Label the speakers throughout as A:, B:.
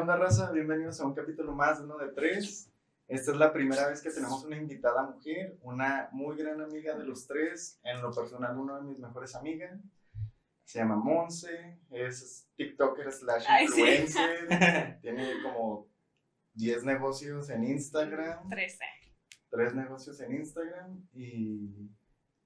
A: onda, raza? Bienvenidos a un capítulo más, uno de tres. Esta es la primera vez que tenemos una invitada mujer, una muy gran amiga de los tres, en lo personal una de mis mejores amigas. Se llama Monse, es TikToker slash
B: Ay, sí.
A: influencer, tiene como 10 negocios en Instagram,
B: 13.
A: 3 negocios en Instagram y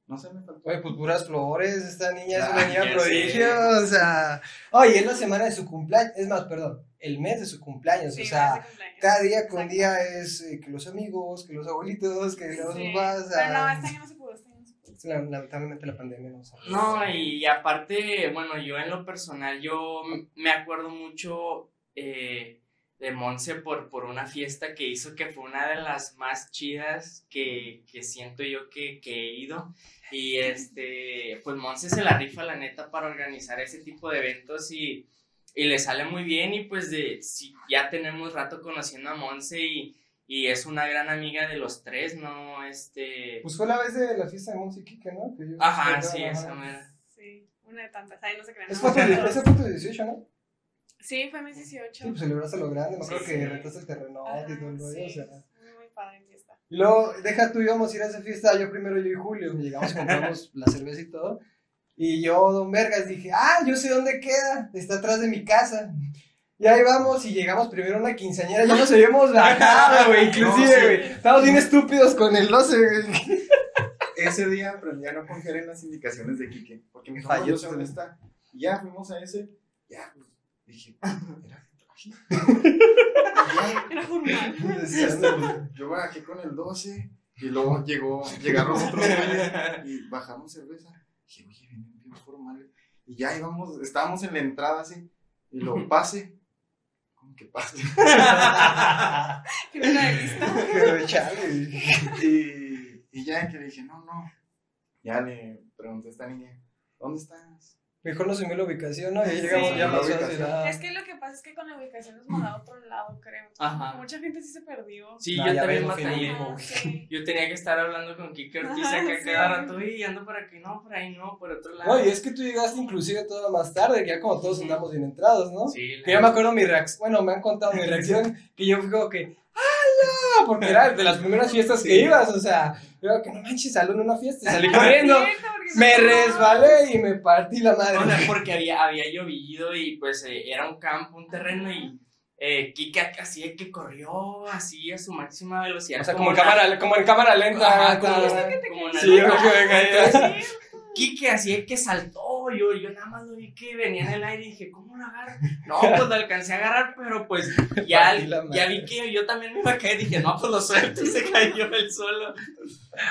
A: no sé, me faltó.
C: Güey, pues puras flores, esta niña es una
D: Ah,
C: niña
D: ya
C: prodigio,
D: sé.
C: o sea, oye, es la semana de su cumpleaños, es más, perdón, el mes de su cumpleaños,
B: Sí,
C: o
B: va a
C: sea,
B: ser cumpleaños.
C: cada día con
B: Exacto.
C: día es eh, que los amigos, que los abuelitos, que los
B: Sí.
C: papás, o
B: Pero no,
C: sea,
B: este año no se pudo, este año no se pudo.
C: la- lamentablemente la pandemia nos ha-
D: No, y aparte, bueno, yo en lo personal, yo m- me acuerdo mucho eh, de Monse por, por una fiesta que hizo que fue una de las más chidas que, que siento yo que, que he ido. Y este, pues Monse se la rifa la neta para organizar ese tipo de eventos y, y le sale muy bien. Y pues de, sí, ya tenemos rato conociendo a Monse y, y es una gran amiga de los tres, ¿no? Este,
C: Pues fue la vez de la fiesta de música, ¿no? Que yo-
D: ajá,
C: que yo-
D: sí,
C: ajá.
D: esa mera.
B: Sí, una de tantas. Ay, no se crean.
C: Ese
B: no,
C: Ah. fue, tu,
B: pero-
C: ese fue tu 18, ¿no?
B: Sí, fue mis
C: Sí,
B: 18.
C: pues celebraste lo grande, me
D: Sí,
C: acuerdo
D: sí.
C: que rentaste el terreno
B: Ajá,
C: y todo el rollo, o
B: sí,
C: sea.
B: muy, muy padre en fiesta.
C: Y Luego, deja tú y vamos a ir a esa fiesta, yo primero, yo y Julio. Llegamos, compramos la cerveza y todo. Y yo, don Vergas, dije, ah, yo sé dónde queda, está atrás de mi casa. Y ahí vamos y llegamos primero a una quinceañera, ya nos habíamos bajado, güey, inclusive,
A: No, sí.
C: güey. Estamos bien estúpidos con el 12, güey.
A: Ese día aprendí a no confiar en las indicaciones de Quique, porque me dijo,
C: Falló
A: "No, yo sé dónde
C: también.
A: está. Y ya fuimos a ese, ya, pues, dije, era aquí.
B: Era formal.
A: Y ya, este, yo me bajé con el 12 y luego llegó, llegaron otros güeyes y bajamos cerveza. Dije, oye, vienen bien formales. Y ya íbamos, estábamos en la entrada así, y luego pase. ¿Cómo que pase?
B: Que no era de vista.
C: Pero chale, güey.
A: Y, y ya que le dije, no, no. Ya le pregunté a esta niña, ¿dónde estás?
C: Mejor nos envió la ubicación, ¿no? Y llegamos
D: Sí.
C: ya a
A: La
C: las
A: ubicación.
C: once, nada.
B: Es que lo que pasa es que con la ubicación nos mandó a otro lado, creo.
D: Ajá.
B: Mucha gente sí se perdió.
D: Sí,
C: No,
D: yo
C: ya
D: también
C: ves, no fui
D: batallé.
C: ningún-
B: Ajá, sí.
D: Yo tenía que estar hablando con Kike Ortiz
B: Ajá,
D: acá
B: sí.
D: cada rato y ando por aquí, no, por ahí no, por otro lado.
C: No, y es que tú llegaste inclusive toda más tarde, que ya como todos andamos bien entrados, ¿no?
D: Sí, la-
C: Que yo me acuerdo mi reacción, bueno, me han contado mi reacción, que yo fui como que, ¡Hala! Porque era de las primeras fiestas que
A: Sí.
C: ibas, o sea, yo que no manches, salí en una fiesta, y salí corriendo,
B: Cierto, porque
C: me
B: no-
C: resbalé y me partí la madre.
D: O sea, porque había, había llovido y pues eh, era un campo, un terreno y eh, Kike acá así de que corrió así a su máxima velocidad.
C: O sea, como en
D: na-
C: cámara, como en cámara lenta.
D: Ajá, como-
C: tal.
D: como
C: Sí, yo
D: nadie.
C: creo que venga ya.
D: Quique así de que saltó, yo, yo nada más lo vi que venía en el aire y dije, ¿cómo lo agarro? No, pues lo alcancé a agarrar, pero pues ya,
C: Partí la madre.
D: ya vi que yo también me iba a caer y dije, no, pues lo suelto y se cayó el suelo.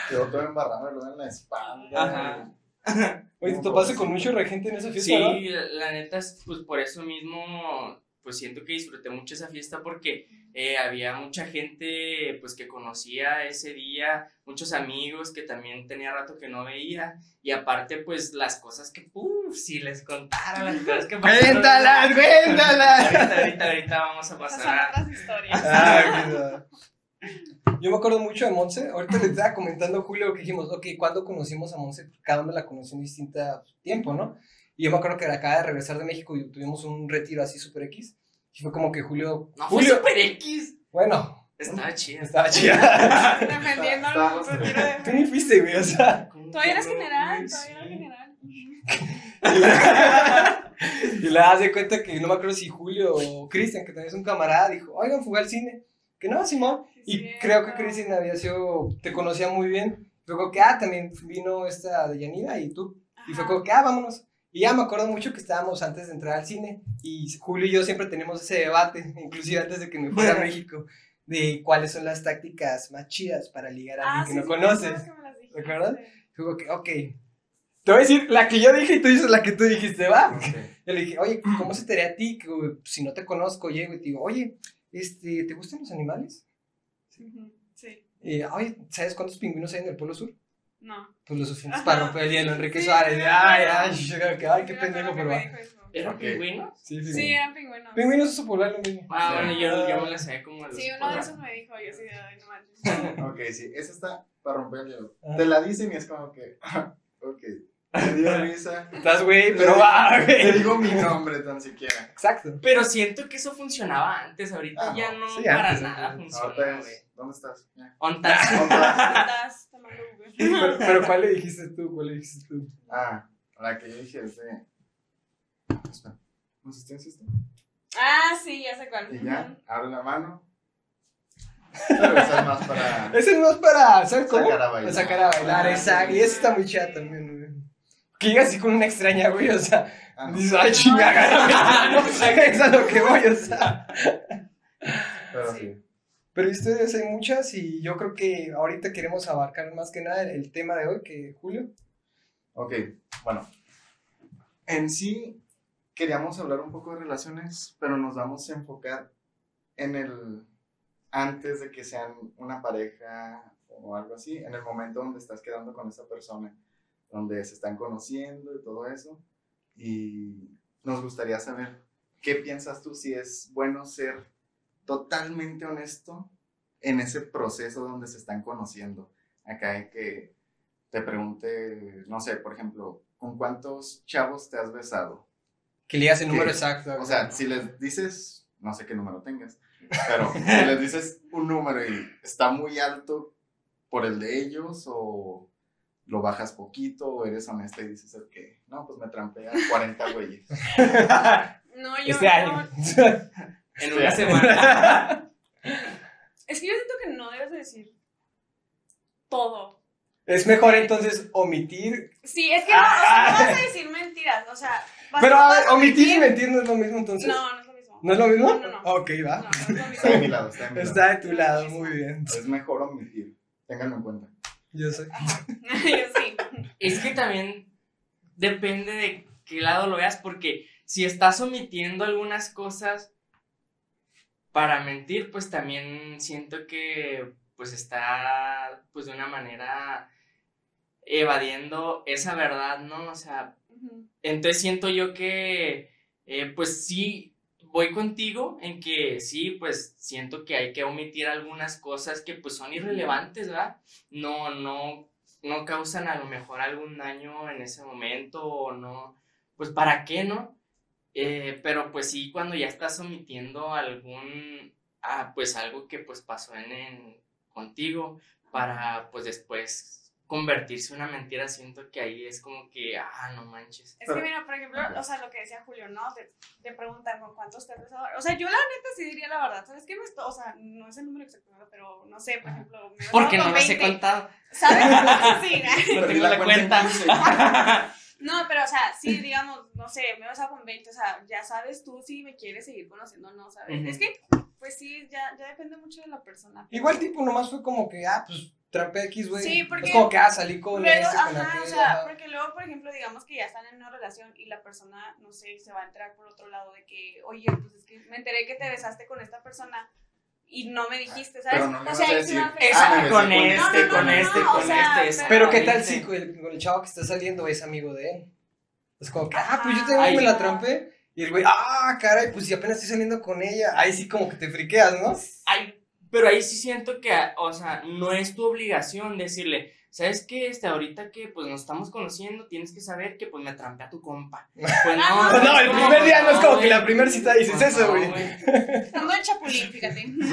A: Quedó todo embarrado, luego en la espalda.
D: Ajá.
C: Oye, te topaste con mucho regente en esa fiesta,
D: Sí,
C: ¿no?
D: la, la neta, es, pues por eso mismo, pues siento que disfruté mucho esa fiesta porque eh, había mucha gente pues que conocía ese día, muchos amigos que también tenía rato que no veía y aparte pues las cosas que, uff, si les contara las cosas que pasaron.
C: ¡Cuéntalas, cuéntalas!
D: Ahorita, ahorita, ahorita vamos a
B: Esas
D: pasar
B: son
D: a...
B: otras historias.
C: Ah, Yo me acuerdo mucho de Monse. Ahorita le estaba comentando a Julio que dijimos, ok, ¿cuándo conocimos a Monse? Cada uno la conoció en distinto tiempo, ¿no? Y yo me acuerdo que acaba de regresar de México y tuvimos un retiro así super X. Y fue como que Julio.
D: No, fue
C: Julio.
D: Super X.
C: Bueno,
D: Estaba chida.
C: estaba chida.
B: Defendiendo al
A: Estábamos-
B: retiro de
C: Tú ni fuiste, güey, o sea.
B: Todavía eras general,
D: Sí.
B: todavía eras general. Ujú.
C: Y le das de cuenta que no me acuerdo si Julio o Cristian, que también es un camarada, dijo, oigan, fuga al cine. Que no, Simón. Y
B: Cierto.
C: creo que Cristian había sido, te conocía muy bien. Fue como que, ah, también vino esta de Yanira y tú. Y fue
B: Ajá.
C: como que, ah, vámonos. Y ya me acuerdo mucho que estábamos antes de entrar al cine y Julio y yo siempre tenemos ese debate, inclusive antes de que me fuera a México, de cuáles son las tácticas más chidas para ligar a alguien
B: Ah, sí,
C: que no
B: sí,
C: conoces.
B: sí, me acuerdo que me las dijiste.
C: ¿Recuerdas? Fue como que, ok. Te voy a decir la que yo dije y tú dices la que tú dijiste, ¿va? Yo le dije, oye, ¿cómo se te haría a ti? que, güey, si no te conozco, llego y te digo, oye, este, ¿te gustan los animales?
B: Ujú, Sí,
C: Y, eh, ay, ¿sabes cuántos pingüinos hay en el Polo Sur?
B: no.
C: Pues los suficientes
B: Ajá.
C: para romper el hielo, Enrique
B: Sí,
C: Suárez.
B: sí,
C: Ay,
B: sí.
C: ay, yo creo que, ay,
B: Sí,
C: qué
B: me acuerdo
C: pendejo,
B: que me
C: pero va.
B: dijo eso.
D: ¿Eran
A: Ok.
D: pingüinos?
C: Sí,
B: Sí, eran pingüinos.
C: Pingüinos es popular lo mismo.
D: Ah,
A: Sí.
D: bueno, yo, yo me la sabía como a los
B: Sí, uno de
D: cuatro.
B: esos me dijo, yo sí, ay, no manches.
C: Ah.
A: Ok, sí, esa está para romper el hielo.
C: Ajá.
A: Te la dicen y es como que. Ok. Me dio risa.
C: Estás, güey, pero va,
A: Te
C: güey.
A: digo mi nombre tan siquiera.
C: Exacto.
D: Pero siento que eso funcionaba antes, ahorita
A: Ah,
D: ya no
C: sí,
D: para
C: antes,
D: nada
C: antes.
D: funciona,
A: Ahorita
D: güey.
A: es. ¿Dónde estás? Ya.
D: On task.
B: Estás tomando Uber.
C: Pero, pero ¿cuál le dijiste tú? ¿Cuál le dijiste tú?
A: Ah, la que yo dije es de. Espera. ¿Consistencia está?
B: Ah, sí, ya sé cuál.
A: Y ya, abre la mano. Pero esa es más para.
C: Ese no es para, ¿sabes cómo?
A: Sacar a
C: Para
A: bailar.
C: sacar a bailar,
D: Ah,
C: exacto.
B: sí.
C: Y eso está muy chida también, güey. Que llega así con una extraña, güey, o sea,
A: Ah, no,
C: dices, ay, chinga, agárrame, no, es a lo que voy, o sea.
A: pero
B: Sí.
A: sí.
C: Pero historias hay muchas y yo creo que ahorita queremos abarcar más que nada el, el tema de hoy, que Julio.
A: Ok, bueno. En sí, queríamos hablar un poco de relaciones, pero nos vamos a enfocar en el. antes de que sean una pareja o algo así, en el momento donde estás quedando con esa persona, donde se están conociendo y todo eso. Y nos gustaría saber qué piensas tú si es bueno ser totalmente honesto en ese proceso donde se están conociendo. Acá hay que te pregunte, no sé, por ejemplo, ¿con cuántos chavos te has besado?
C: Que le digas el
A: ¿Qué?
C: número exacto.
A: O sea, si les dices, no sé qué número tengas, pero si les dices un número y está muy alto por el de ellos o lo bajas poquito o eres honesta y dices, ok, no, pues me trampea 40 güeyes.
B: No, yo
C: este
B: no-
C: año.
D: En una
A: Sí.
D: semana.
B: Es que yo siento que no debes de decir todo.
C: es mejor entonces omitir.
B: Sí, es que no, o sea, no vas a decir mentiras. O sea, vas
C: Ah. Pero a ver,
B: vas
C: omitir y
B: mentir.
C: mentir no es lo mismo entonces.
B: No, no es lo mismo.
C: ¿No es lo mismo?
B: No, no, no.
C: Ok, va.
B: No, no es lo
A: Está de mi
B: mismo.
A: lado, está de mi lado.
C: Está de tu lado, muy bien.
A: Es mejor omitir, ténganlo en cuenta.
C: Yo sé.
B: Ajá. Yo sí.
D: Es que también depende de qué lado lo veas, porque si estás omitiendo algunas cosas para mentir, pues también siento que pues está pues de una manera evadiendo esa verdad, ¿no? O sea,
B: Ujú.
D: Entonces siento yo que, eh, pues sí, voy contigo en que sí, pues siento que hay que omitir algunas cosas que pues son irrelevantes, ¿verdad? No, no, no causan a lo mejor algún daño en ese momento o no, pues para qué, ¿no? Eh, pero pues sí, cuando ya estás omitiendo algún, ah, pues algo que pues pasó en, en- contigo para pues después convertirse en una mentira, siento que ahí es como que, ah, no manches.
B: Es que mira, por ejemplo,
A: Ajá.
B: o sea, lo que decía Julio, ¿no? De, de preguntar con cuántos te has besado. O sea, yo la neta sí diría la verdad. ¿Sabes qué? Me esto- o sea, no es el número exacto, ¿verdad? pero no sé, por ejemplo, me he
D: Porque
B: besado con
D: no los he
B: 20,
D: contado.
B: ¿Sabes? Sí,
D: No
A: Perdí
D: tengo la cuenta.
A: en quince.
B: No, pero o sea, sí, digamos, no sé, me vas a con 20, o sea, ya sabes tú si me quieres seguir conociendo o no, ¿sabes?
D: Ujú.
B: Es que, pues sí, ya, ya depende mucho de la persona.
C: Igual tipo nomás fue como que, ah, pues trape X, güey.
B: Sí, porque-
C: Es como que, ah, salí con
B: Pero,
C: este, con
B: ajá,
C: aquel.
B: o sea,
C: ajá.
B: porque luego, por ejemplo, digamos que ya están en una relación y la persona, no sé, se va a entrar por otro lado de que, oye, pues es que me enteré que te besaste con esta persona y no me dijiste, ¿sabes?
A: Pero no le
B: o
A: vas
B: sea,
A: a
B: ahí
A: decir,
B: se va a afectar.
D: Es
A: Ah, me
D: que con
A: besé con
D: este,
A: este, no,
D: con
A: no,
D: este,
A: no,
D: con
A: o sea,
D: este.
C: Pero qué tal
D: exactamente.
C: si con el, con el chavo que está saliendo es amigo de él. Es como que, ah, pues yo
B: Ajá.
C: también me la
D: Ay.
C: trampé. Y el güey, ah, caray, pues si apenas estoy saliendo con ella. Ahí sí como que te friqueas, ¿no?
D: Ay, pero ahí sí siento que, o sea, no es tu obligación decirle, ¿sabes qué? Este, ahorita que pues nos estamos conociendo, tienes que saber que pues me atrampé a tu compa. Pues
B: Ah,
C: No, el
D: pues,
C: primer día no es como
D: güey.
C: que la primera cita dices
D: Pues,
C: eso,
D: no,
C: güey.
B: Estando en chapulín, fíjate.
A: No,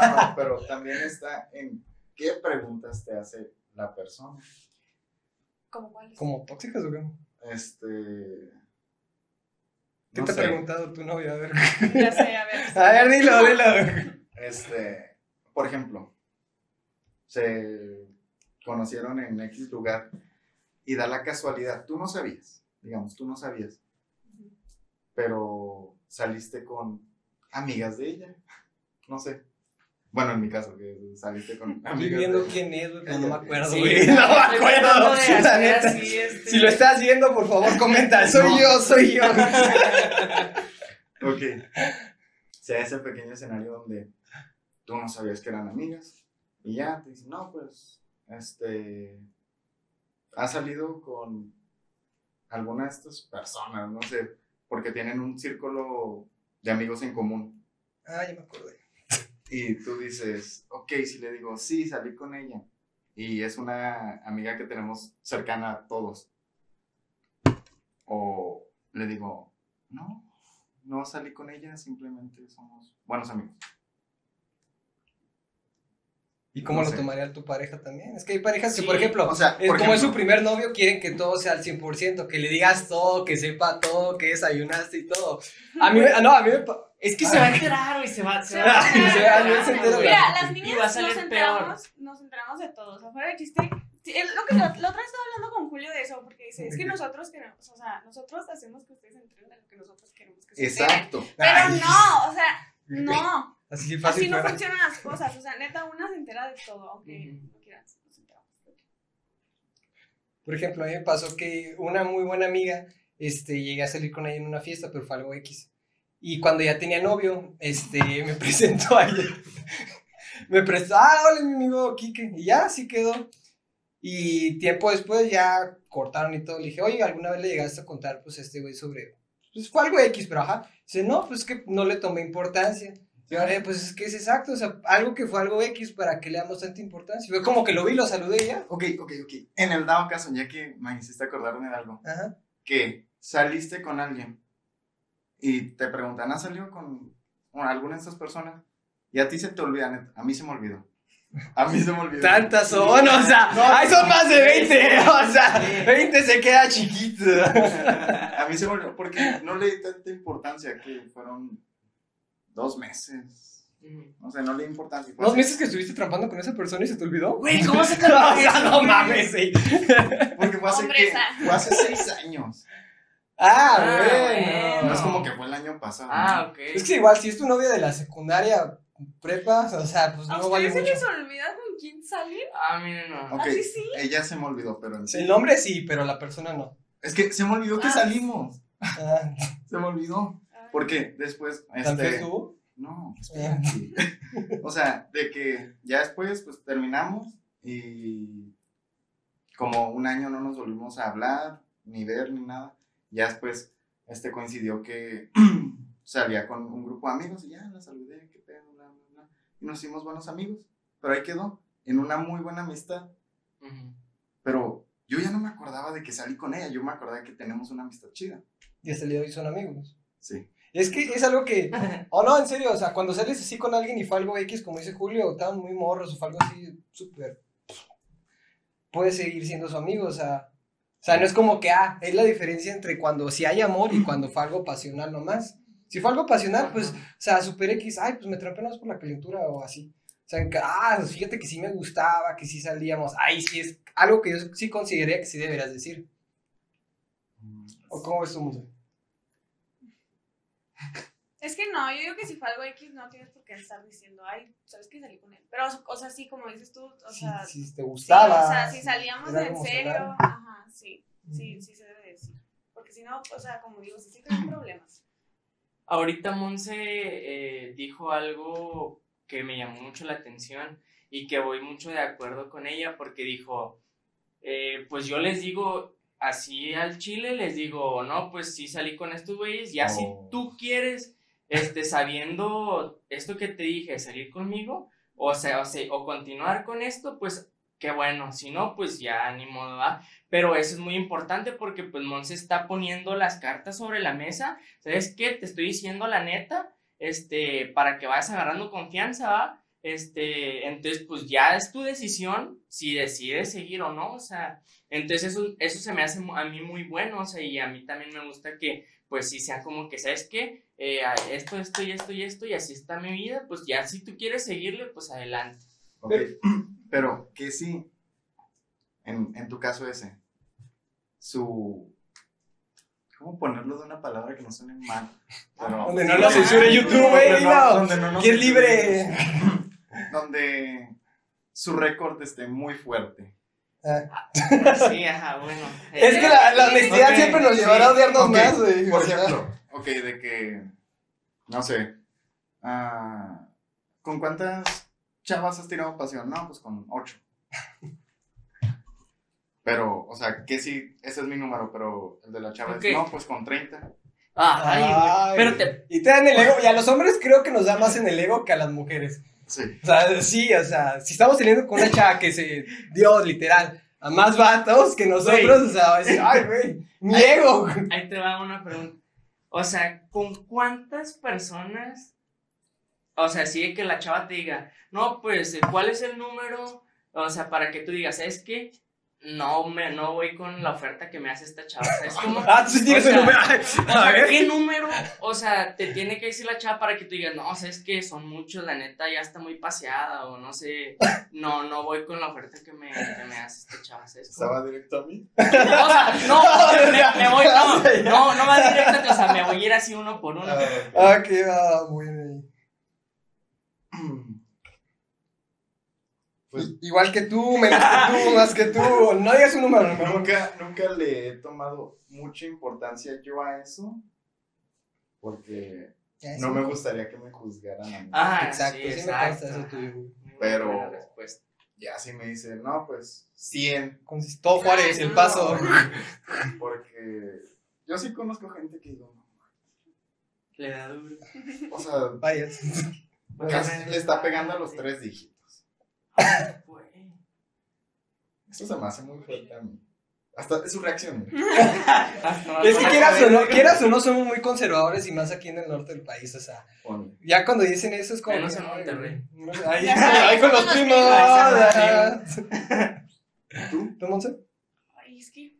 A: no, pero también está en qué preguntas te hace la persona.
B: ¿Cómo cuál es?
C: Como tóxicas, güey.
A: Este.
C: ¿Qué
A: no
C: te ha
A: sé,
C: preguntado tu novia? A ver.
B: Ya sé, a ver.
C: A ver, dilo, dilo.
A: Este. Por ejemplo, se conocieron en X lugar y da la casualidad. Tú no sabías, digamos, tú no sabías, pero saliste con amigas de ella. No sé. Bueno, en mi caso, que saliste con
C: Estoy
A: amigas.
C: viendo
A: de-
C: quién es, güey, pero no me acuerdo,
D: Sí,
C: güey.
D: no,
C: No me
D: estoy tratando
C: acuerdo,
D: de
C: la
D: hacer
C: neta.
D: así, este,
C: Si lo estás viendo, por favor, comenta. Soy
A: No.
C: yo, soy yo. Ah,
A: Ok. sea ese pequeño escenario donde tú no sabías que eran amigas y ya te dicen, no, pues, este, has salido con alguna de estas personas, no sé, porque tienen un círculo de amigos en común.
C: Ah, ya me acordé.
A: Y tú dices, ok, si le digo, sí, salí con ella. Y es una amiga que tenemos cercana a todos. o le digo, no, no salí con ella, simplemente somos buenos amigos.
C: ¿Y cómo
A: No
C: lo
A: sé.
C: tomaría tu pareja también? Es que hay parejas que,
D: Sí,
C: por ejemplo,
A: O sea,
C: eh,
A: por
C: como es
A: ejemplo,
C: su primer novio, quieren que todo sea al 100%, que le digas todo, que sepa todo, que desayunaste y todo. A mí, me- ah, no, a mí me... pa-
D: Es que se va a enterar, güey, se va, se va
C: Ah,
D: se va
C: se
D: a
C: va, yo se
D: enterar,
C: entero,
D: güey.
B: Mira, las
D: Y va a
B: niñas
D: salir
B: nos
D: peor.
B: enteramos, nos enteramos de todos. Afuera de chiste. sí, es lo que la, la otra vez estaba hablando con Julio de eso, porque dice, es que nosotros queremos, o sea, nosotros hacemos que ustedes entren a lo que nosotros queremos que se enteren.
A: Exacto.
B: Pero
C: Ay,
B: no, o sea, no.
C: Así que fácil
B: Así no
C: fuera.
B: funcionan las cosas. O sea, neta, una se entera de todo, aunque
D: Ujú.
B: no quieras. Nos enteramos.
C: Pues Por ejemplo, a mí me pasó que una muy buena amiga, este, llegué a salir con ella en una fiesta, pero fue algo X. Y cuando ya tenía novio, este, me presentó a ella. me prestó, ah, hola, mi amigo Quique. Y ya, así quedó. Y tiempo después ya cortaron y todo. Le dije, oye, ¿alguna vez le llegaste a contar, pues, a este güey sobre... Pues fue algo X, pero ajá. Dice, no, pues que no le tomé importancia. Y yo, "Eh, pues es que es exacto, o sea, algo que fue algo X, ¿para qué le damos tanta importancia? Y fue como que lo vi, lo saludé y ya.
A: Ok, ok, ok. En el dado caso, ya que me hiciste acordarme de algo,
C: Ajá.
A: que saliste con alguien y te preguntan, ¿has salido con, con alguna de estas personas? Y a ti se te olvida, neta. A mí se me olvidó. A mí se me olvidó.
C: Tantas son, o sea,
A: No.
C: ahí son más de 20, o sea, 20 se queda chiquito.
A: A mí se me olvidó porque no le di tanta importancia que fueron dos meses.
D: Ujú.
A: No sé, no le di importancia. Fue
C: ¿Dos
A: así.
C: meses que estuviste trampando con esa persona y se te olvidó?
D: Güey, ¿cómo se
C: o
D: calma
C: sea,
D: eso,
C: no
D: güey?
C: mames, sí.
A: Porque fue hace,
B: Hombre,
A: que,
B: esa.
A: fue hace seis años.
C: Ah,
D: bueno.
A: No
C: bueno.
A: es como que fue el año pasado.
D: Ah, ok.
C: Es que igual, si es tu novia de la secundaria prepa, o sea, pues
B: ¿A
C: no vale
B: ustedes se
C: mucho.
B: les olvida con quién salen?
D: Ah, miren, no.
A: Ok.
B: Así sí.
A: Ella se me olvidó, pero en sí.
C: El nombre sí, pero la persona no.
A: Es que se me olvidó que
B: Ah.
A: salimos.
C: Ah,
A: Se me olvidó.
B: Ay.
A: Porque después.
C: ¿Tan feo
A: Este,
C: estuvo?
A: no, espérate. o sea, de que ya después, pues terminamos y como un año no nos volvimos a hablar, ni ver, ni nada. Ya después, este coincidió que salía con un grupo de amigos y ya la saludé, qué pedo, bla, bla, bla. Y nos hicimos buenos amigos. Pero ahí quedó, en una muy buena amistad.
D: Ujú.
A: Pero yo ya no me acordaba de que salí con ella, yo me acordaba que tenemos una amistad chida.
C: Y hasta el día de hoy son amigos.
A: Sí.
C: Es que es algo que, o no, en serio, o sea, cuando sales así con alguien y fue algo X, como dice Julio, o estaban muy morros, o fue algo así, súper, puedes seguir siendo su amigo, o sea, o sea, no es como que, ah, es la diferencia entre cuando sí hay amor y cuando fue algo pasional nomás. Si fue algo pasional, pues, o sea, super X, ay, pues me trampé nomás por la calentura o así. O sea, en que, ah, pues, fíjate que sí me gustaba, que sí salíamos, ay, sí es algo que yo sí consideraría que sí deberías decir. ¿O cómo es tu mundo?
B: Es que no, yo digo que si fue algo X no tienes por qué estar diciendo, ay, sabes que salí con él. Pero, o sea, sí, como dices tú, o
C: Si,
B: sea, sí,
C: si te
B: o
C: gustaba.
B: sea, si salíamos
C: era
B: en
C: algo
B: serio,
C: emocional.
B: ajá, sí, sí, sí se debe decir. Porque si no, o sea, como digo, sí, sí tengo problemas.
D: Ahorita Monse eh, dijo algo que me llamó mucho la atención y que voy mucho de acuerdo con ella porque dijo, eh, pues yo les digo así al chile, les digo, no, pues sí salí con estos güeyes y así
A: Oh.
D: tú quieres, este, sabiendo esto que te dije, salir conmigo o sea, o, sea, o continuar con esto, pues qué bueno, si no, pues ya ni modo, ¿va? Pero eso es muy importante porque pues Monse está poniendo las cartas sobre la mesa ¿sabes qué? Te estoy diciendo la neta, este, para que vayas agarrando confianza, ¿va? Este, entonces, pues ya es tu decisión si decides seguir o no, o sea, entonces eso, eso se me hace mu- a mí muy bueno, o sea, y a mí también me gusta que, pues sí, sea como que, ¿sabes qué? Eh, a- esto, esto y esto y esto, y así está mi vida, pues ya si tú quieres seguirle, pues adelante.
A: Ok, Pero que sí, en, en tu caso ese, su... ¿Cómo ponerlo de una palabra que no suene mal? Pero-
C: Donde no lo censure YouTube,
A: Donde
C: güey,
A: no-
C: no.
A: donde no nos
C: Que es
A: censure
C: libre.
A: YouTube. Donde su récord esté muy fuerte.
D: Sí, ajá, bueno.
C: Es que la, la
B: Ok,
C: honestidad siempre nos llevará a odiarnos
A: ok,
C: más, güey.
A: Por
C: o sea.
A: ejemplo, ok, de que, no sé, ah, ¿con cuántas chavas has tirado pasión? No, pues con ocho. Pero, o sea, que sí, ese es mi número, pero el de la chava
D: Ok.
A: es, no, pues con 30.
D: Ah, ay,
C: Ay.
D: güey, pero te...
C: Y te dan el ego. Y a los hombres creo que nos da más en el ego que a las mujeres.
A: Sí.
C: O sea, sí, o sea, si estamos teniendo con una chava que se dio literal a más vatos que nosotros, o sea, va a decir, ay, güey, niego.
D: Ahí te va una pregunta. O sea, ¿con cuántas personas? O sea, sí de que la chava te diga, no, pues, eh, ¿cuál es el número? O sea, para que tú digas, es que no me no voy con la oferta que me hace esta chava. ¿sabes cómo?
E: Ah, sí tienes
D: O sea,
E: el número. Ay, A ver.
D: O sea, ¿qué número? O sea, te tiene que decir la chava para que tú digas, no, sabes que son muchos, la neta ya está muy paseada, o no sé, no, no voy con la oferta que me, que me hace esta chava, ¿sabes? cómo?
A: Estaba directo a mí.
D: O sea, no, me, me voy, no, no, no va directo, o sea, me voy a ir así uno por uno.
A: Ah,
C: Ah, qué va, muy bien.
A: Pues-
C: I- Igual que tú, menos que tú, más que tú. No digas un número, mejor.
A: nunca, nunca le he tomado mucha importancia yo a eso. Porque no me gustaría que me juzgaran a mí.
D: Ajá,
C: Ah, Exacto, sí,
D: Ah, sí,
C: me
D: exacto.
C: consta eso tuyo.
D: Muy
A: Pero-
D: buena respuesta.
A: Ya si me dicen, no, pues 100.
C: Consistó Juárez, el
B: No.
C: paso.
A: Porque yo sí conozco gente que digo,
D: Le da duro. Pues,
A: no. O sea,
C: Vaya.
A: casi le está pegando a los tres dígitos.
D: Ay, güey.
A: Eso se me hace muy fuerte a mí. Hasta su reacción. mira.
D: Hasta
C: Es que
D: ahora-
C: quieras o no, quieras o no, somos muy conservadores y más aquí en el norte del país, o sea.
A: Ponle.
C: Ya cuando dicen eso es como.
D: Menos en
C: ay,
D: Monterrey.
C: no, Ahí, ahí con los
B: Ahí
C: primos.
D: son
A: ¿Tú?
C: ¿Tú, Monse?
B: Ay, es que.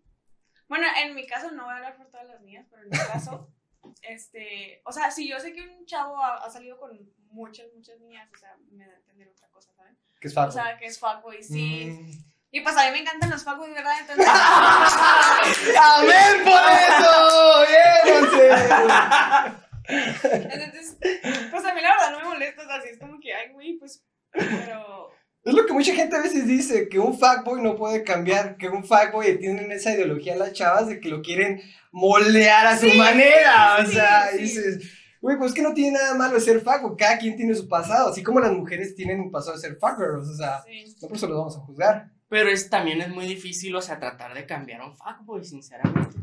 B: Bueno, en mi caso no voy a hablar por todas las mías, pero en mi caso, este. O sea, si yo sé que un chavo ha, ha salido con muchas, muchas niñas, o sea, me da a entender otra cosa, ¿saben?
C: Que es
B: O
C: falso.
B: sea, que es fuckboy, sí.
C: Mm.
B: Y pues a mí me encantan los fuckboys, ¿verdad? Entonces.
C: ¡Amén por eso! ¡Bien, Monse!
B: Entonces, pues a mí la verdad no me molesta, o sea, sí es como que, ay, güey, pues, pero,
C: Es lo que mucha gente a veces dice, que un fuckboy no puede cambiar, que un fuckboy tienen esa ideología las chavas de que lo quieren moldear a su
B: Sí,
C: manera, o
B: sí,
C: sea,
B: sí.
C: dices, güey, pues es que no tiene nada malo de ser fuckboy, cada quien tiene su pasado, así como las mujeres tienen un pasado de ser fuckgirls, o sea,
B: sí.
C: no por eso los vamos a juzgar.
D: Pero es, también es muy difícil, o sea, tratar de cambiar a un fuckboy, sinceramente.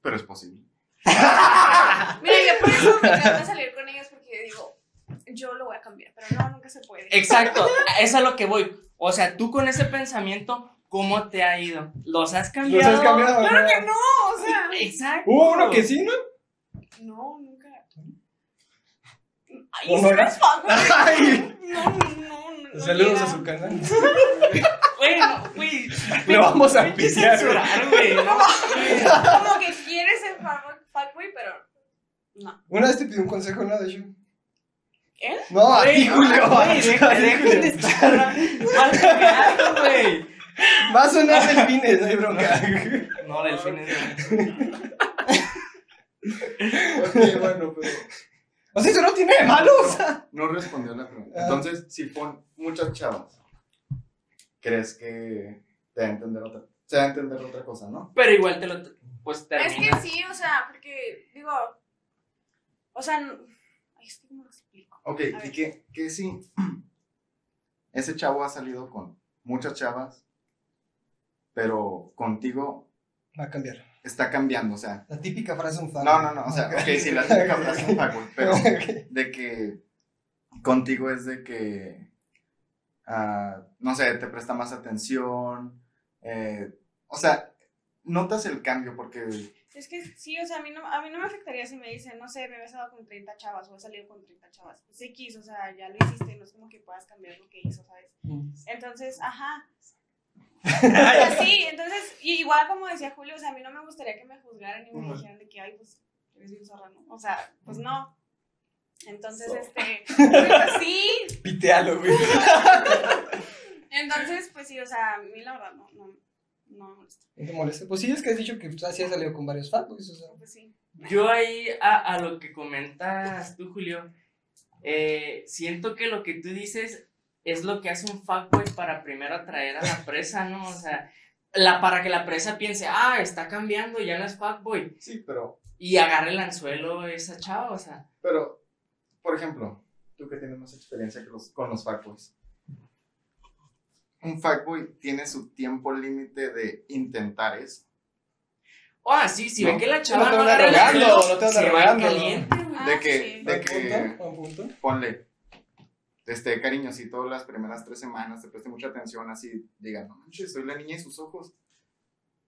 A: Pero es posible.
B: Mira, yo por eso me encanta salir con ellas porque digo, yo lo voy a cambiar, pero no, nunca se puede.
C: Eh,
D: Exacto, es a lo que voy. O sea, tú con ese pensamiento, ¿cómo te ha ido? ¿Los has
C: Los
D: cambiado?
C: has cambiado,
B: Claro
C: ¿no?
B: que no, o sea,
C: eh.
D: Exacto.
C: Hubo uno que sí, ¿no?
B: no, nunca. Ay,
C: ¿Cómo
B: eso no
C: era?
B: es fuckboy.
C: Ay.
B: No, no, no, no.
C: Saludos
B: llega.
C: a su canal.
D: Bueno, güey.
C: Lo vamos a
D: pinche
C: pillar,
D: censurar, güey. ¿no?
B: Como que quieres ser fuckboy- fuckboy, pero no.
C: Una vez te pidió un consejo, ¿no? De hecho.
B: ¿Él?
C: No, a ti,
D: Güey,
C: Julio.
D: güey, deja-
C: A ti,
D: deja
C: Julio.
D: de estar mal creado, güey.
C: Va a sonar del fines, no hay bronca.
D: No, delfines. no.
A: Ok, bueno, pero
C: O sea, eso Ah, no tiene de malo, o sea.
A: no respondió la pregunta.
C: Ah.
A: Entonces, si pon muchas chavas, ¿crees que te va a entender otra, se va a entender otra cosa, no?
D: Pero igual te lo. Pues
B: Es
D: termina.
B: que sí, o sea, porque, digo, o sea, no- ay, es que cómo lo explico.
A: Ok,
B: A
A: ¿y
B: ver.
A: qué, qué si ese chavo ha salido con muchas chavas, pero contigo
C: Va a cambiar.
A: está cambiando? O sea,
C: La típica frase un fan.
A: no, no, no, o sea, ok, sí, la típica frase es un fuckboy, pero de que contigo es de que, ah, no sé, te presta más atención, eh, o sea, notas el cambio porque,
B: Es que sí, o sea, a mí, no, a mí no me afectaría si me dicen, no sé, me he besado con 30 chavas o he salido con 30 chavas. Pues X, o sea, ya lo hiciste, no es como que puedas cambiar lo que hizo, ¿sabes? Entonces, ajá. O sea, sí, entonces, y igual como decía Julio, o sea, a mí no me gustaría que me juzgaran y me
A: Ujú.
B: dijeran de que, ay, pues, eres bien zorra, ¿no? O sea, pues no. Entonces,
A: Zorra.
B: este, pues, sí,
C: Pitealo, güey.
B: Entonces, pues sí, o sea, a mí la verdad no, no, no me molesta.
C: ¿No te molesta? Pues sí, es que has dicho que tú así has salido con varios fanboys, o sea.
B: Pues sí.
D: Yo ahí a, a lo que comentas tú, Julio, eh, siento que lo que tú dices es lo que hace un fuckboy para primero atraer a la presa, ¿no? O sea, la, para que la presa piense, ah, está cambiando, ya no es fuckboy,
A: sí, pero
D: y agarre el anzuelo esa chava, o sea.
A: Pero, por ejemplo, tú que tienes más experiencia que los, con los fuckboys. Un fuckboy tiene su tiempo límite de intentar eso.
D: Ah, sí, si
A: No,
D: ve que la
C: no
D: chava
C: te
D: no,
C: van
D: agarra el
C: rogando,
D: anzuelo,
C: no te van
D: se va en
C: rogando.
D: caliente, güey.
B: Ah,
A: de que,
B: sí.
A: de que
C: ¿Un punto? ¿Un punto?
A: ponle, este, cariñosito las primeras tres semanas, te preste mucha atención, así, digan, no manches, soy la niña de sus ojos.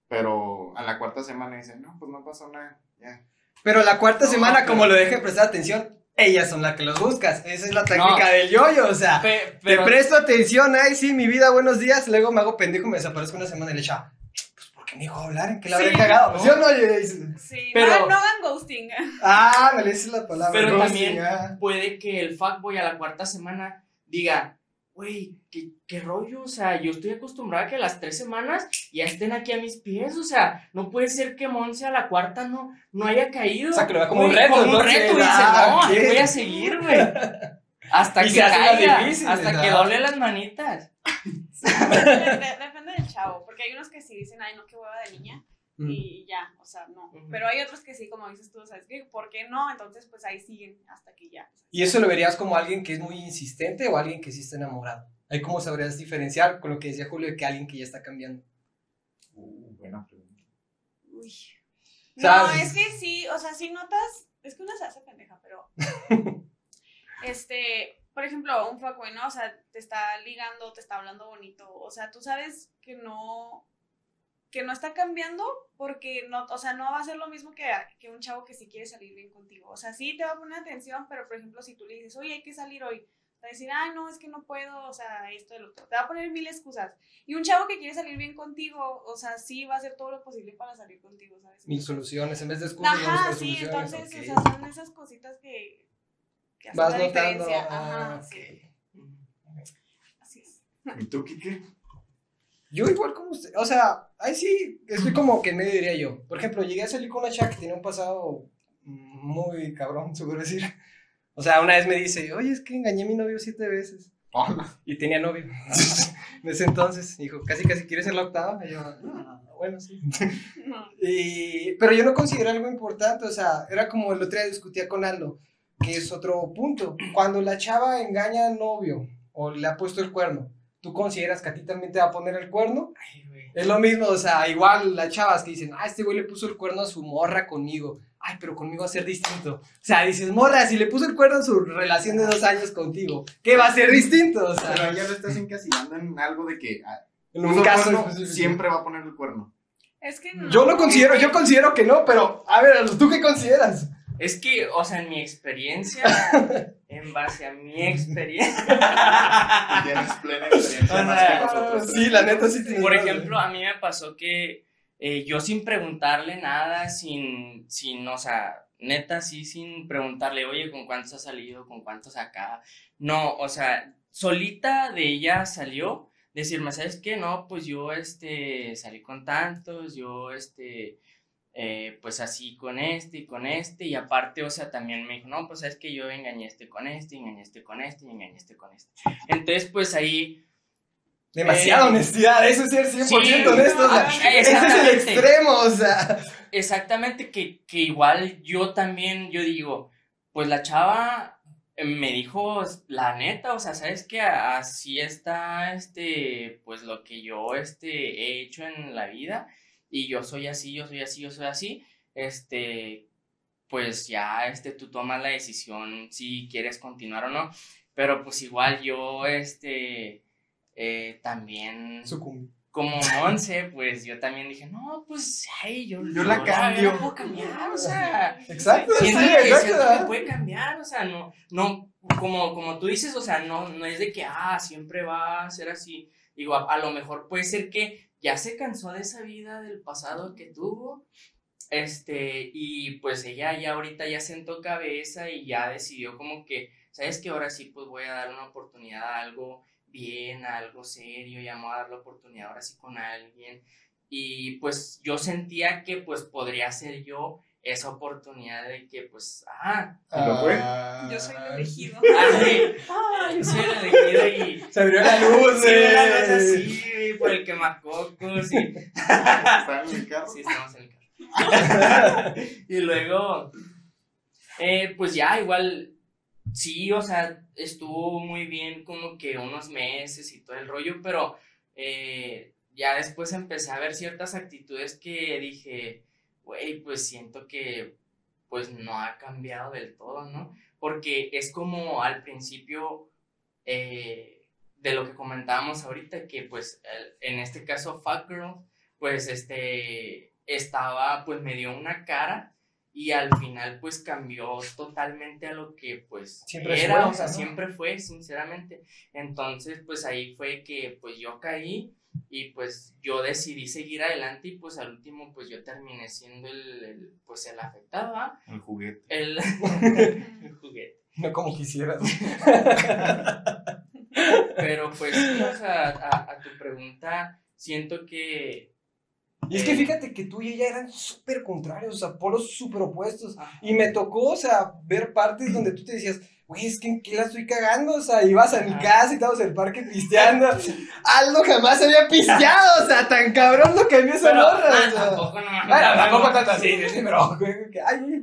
A: Pero a la cuarta semana dicen, no, pues no pasó nada, ya.
C: Pero la cuarta
A: No,
C: semana,
A: pero-
C: como lo deje de prestar atención, ellas son las que los buscas. Esa es la técnica del yoyo, o sea.
D: Pe-
C: Te
D: pero-
C: presto atención, ay, sí, mi vida, buenos días. Luego me hago pendejo y me desaparezco una semana y le echa, pues, ¿por qué me dijo hablar? ¿En qué la habré
B: Sí.
C: cagado? Pues, yo no, yo dice,
B: Sí,
D: Pero-
B: no, hagan- no hagan ghosting.
C: ah, me le dices la palabra.
D: Pero
C: no,
D: también-
C: sí, ah.
D: puede que el fuckboy a la cuarta semana diga, güey, ¿qué, qué rollo, o sea, yo estoy acostumbrada a que a las tres semanas ya estén aquí a mis pies, o sea, no puede ser que Monse a la cuarta no, no haya caído.
C: O sea, que lo vea como
D: Güey,
C: un reto,
D: Como un
C: entonces,
D: reto, y dice,
C: ah,
D: no, aquí
C: ¿qué?
D: voy a seguir, güey. Hasta
C: Y
D: que
C: se hace la
D: caiga,
C: difícil,
D: hasta
C: ¿no?
D: que doble las manitas.
B: De- de- depende del chavo, porque hay unos que sí dicen, ay, no, qué hueva de niña,
C: Mm.
B: y ya, o sea, no.
D: Ujú.
B: Pero hay otros que sí, como dices tú, ¿sabes qué? ¿Por qué no? Entonces, pues ahí siguen hasta que ya.
C: ¿Y eso lo verías como alguien que es muy insistente o alguien que sí está enamorado? Ahí cómo sabrías diferenciar con lo que decía Julio de que alguien que ya está cambiando.
A: Uh, buena pregunta.
B: Uy. No,
C: ¿Sabes?
B: es que sí, o sea, si notas, es que una se hace pendeja, pero. este, por ejemplo, un fuckboy, ¿no? O sea, te está ligando, te está hablando bonito. O sea, tú sabes que no. que no está cambiando porque no, o sea, no va a ser lo mismo que, que un chavo que sí quiere salir bien contigo. O sea, sí te va a poner atención, pero por ejemplo, si tú le dices, oye, hay que salir hoy, va a decir, ay, no, es que no puedo, o sea, esto, el otro. Te va a poner mil excusas. Y un chavo que quiere salir bien contigo, o sea, sí va a hacer todo lo posible para salir contigo, ¿sabes?
C: Mil soluciones, en vez de excusas, no
B: Ajá,
C: buscar
B: sí,
C: soluciones.
B: entonces,
C: ok.
B: o sea, son esas cositas que, que hacen
C: Vas
B: la
C: notando.
B: diferencia.
C: ah,
B: Ajá, sí,
C: ok.
B: así es.
A: ¿Y tú, Kike?
C: Yo igual como usted, o sea, ahí sí, estoy como que en medio diría yo. Por ejemplo, llegué a salir con una chava que tenía un pasado mm, muy cabrón, se puede decir. O sea, una vez me dice, oye, es que engañé a mi novio siete veces. Y tenía novio. en ese entonces, dijo, casi, casi, ¿quieres ser la octava? Y yo, "Ah, bueno, sí.
B: No.
C: Y- pero yo no consideré algo importante, o sea, era como el otro día discutía con Aldo, que es otro punto. Cuando la chava engaña al novio o le ha puesto el cuerno, ¿tú consideras que a ti también te va a poner el cuerno?
D: Ay, güey.
C: Es lo mismo, o sea, igual las chavas que dicen, ah, este güey le puso el cuerno a su morra conmigo. Ay, pero conmigo va a ser distinto. O sea, dices, morra, si le puso el cuerno a su relación de dos años contigo, ¿qué va a ser distinto? O
A: Pero
C: sea,
A: ahí ya lo estás encasillando en algo de que ah,
C: en
A: puso
C: un
A: el
C: caso
A: cuerno,
C: específico.
A: siempre va a poner el cuerno.
B: Es que no.
C: Yo lo considero, yo considero que no, pero a ver, ¿tú qué consideras?
D: Es que, o sea, en mi experiencia, en base a mi experiencia,
A: Tienes plena experiencia
D: O
A: más
D: sea,
A: que nosotros. tres.
C: Sí, la neta sí tiene
D: Por
C: razón.
D: ejemplo, a mí me pasó que eh, yo sin preguntarle nada, sin, sin, o sea, neta, sí, sin preguntarle, oye, ¿con cuántos ha salido? ¿Con cuántos acá? No, o sea, solita de ella salió decirme, ¿sabes qué? No, pues yo, este, salí con tantos, yo, este, eh, pues así con este y con este, y aparte, o sea, también me dijo, no, pues sabes que yo engañé a este con este, engañé a este con este, y engañé a este con este. Entonces, pues ahí...
C: demasiada
D: eh,
C: honestidad, eso sí es 100%
D: Sí,
C: honesto, o sea,
B: ah,
C: ese es el
D: exactamente.
C: extremo, o sea.
D: Exactamente, que, que igual yo también, yo digo, pues la chava eh, me dijo la neta, o sea, sabes que así está, este, pues lo que yo, este, he hecho en la vida, y yo soy así, yo soy así, yo soy así, este, pues ya, este, tú tomas la decisión si quieres continuar o no, pero pues igual yo, este, eh, también como Monse, pues yo también dije, no, pues, ay, yo,
A: Yo la
D: Yo
A: cambio".
D: la puedo cambiar, o sea,
C: Exacto, sí,
D: siento que, siento que
C: exacto.
D: puede cambiar, o sea, no, no, como, como tú dices, o sea, no, no es de que, ah, siempre va a ser así. Digo, a, a lo mejor puede ser que ya se cansó de esa vida del pasado que tuvo, este, y pues ella ya ahorita ya sentó cabeza y ya decidió como que, ¿sabes que Ahora sí, pues voy a dar una oportunidad a algo bien, a algo serio, ya me voy a dar la oportunidad ahora sí con alguien. Y pues yo sentía que pues podría ser yo esa oportunidad de que pues, ah,
A: ¿Lo fue?
C: Ah,
B: Yo soy el elegido.
D: ah, sí, yo soy el elegido y...
C: Se abrió la luz,
D: Sí,
C: eh.
D: una cosa así, güey, por el quemacocos y...
A: Está en el carro.
D: Sí, estamos en el carro. y luego, eh, pues ya, igual, sí, o sea, estuvo muy bien como que unos meses y todo el rollo, pero eh, ya después empecé a ver ciertas actitudes que dije, güey, pues siento que pues no ha cambiado del todo, ¿no? Porque es como al principio, eh, eh, de lo que comentábamos ahorita, que pues el- en este caso Fuck Girl, pues este estaba, pues me dio una cara y al final pues cambió totalmente a lo que pues
C: Siempre
D: era,
C: fue,
D: o sea,
C: ¿no?
D: siempre fue, sinceramente. Entonces pues ahí fue que pues yo caí y pues yo decidí seguir adelante y pues al último pues yo terminé siendo el, el, pues el afectado, ¿ah?
A: El juguete.
D: el, el juguete.
C: No como quisieras.
D: Pero pues, sí, o sea, a, a tu pregunta, siento que...
C: Y es que
D: eh,
C: fíjate que tú y ella eran súper contrarios, o sea, polos súper opuestos.
D: ajá.
C: Y me tocó, o sea, ver partes donde tú te decías, güey, es que en qué la estoy cagando, o sea, ibas a mi
D: Ajá.
C: casa y estábamos en el parque pisteando. Aldo jamás había pisteado, o sea, tan cabrón lo que a mí esa
D: Pero,
C: morra,
D: ah,
C: o sea.
D: tampoco no
C: Bueno, tampoco tanto así, sí, sí, pero, güey, que, ay, güey,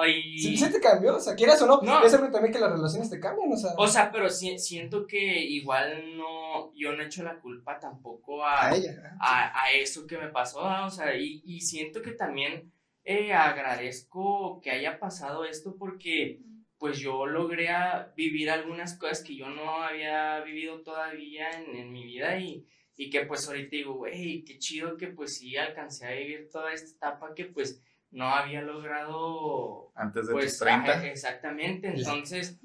D: Ay,
C: sí, sí te cambió, o sea, quieras o no,
D: No.
C: es algo también que las relaciones te cambian, o sea.
D: o sea, pero sí- siento que igual no, yo no echo la culpa tampoco a,
C: a ella.
D: a, a eso que me pasó, ah, o sea, y, y siento que también eh, agradezco que haya pasado esto porque pues yo logré a- vivir algunas cosas que yo no había vivido todavía en, en mi vida y, y que pues ahorita digo, güey, qué chido que pues sí alcancé a vivir toda esta etapa que pues no había logrado
A: Antes de
D: pues,
A: tus 30.
D: ajá, exactamente, entonces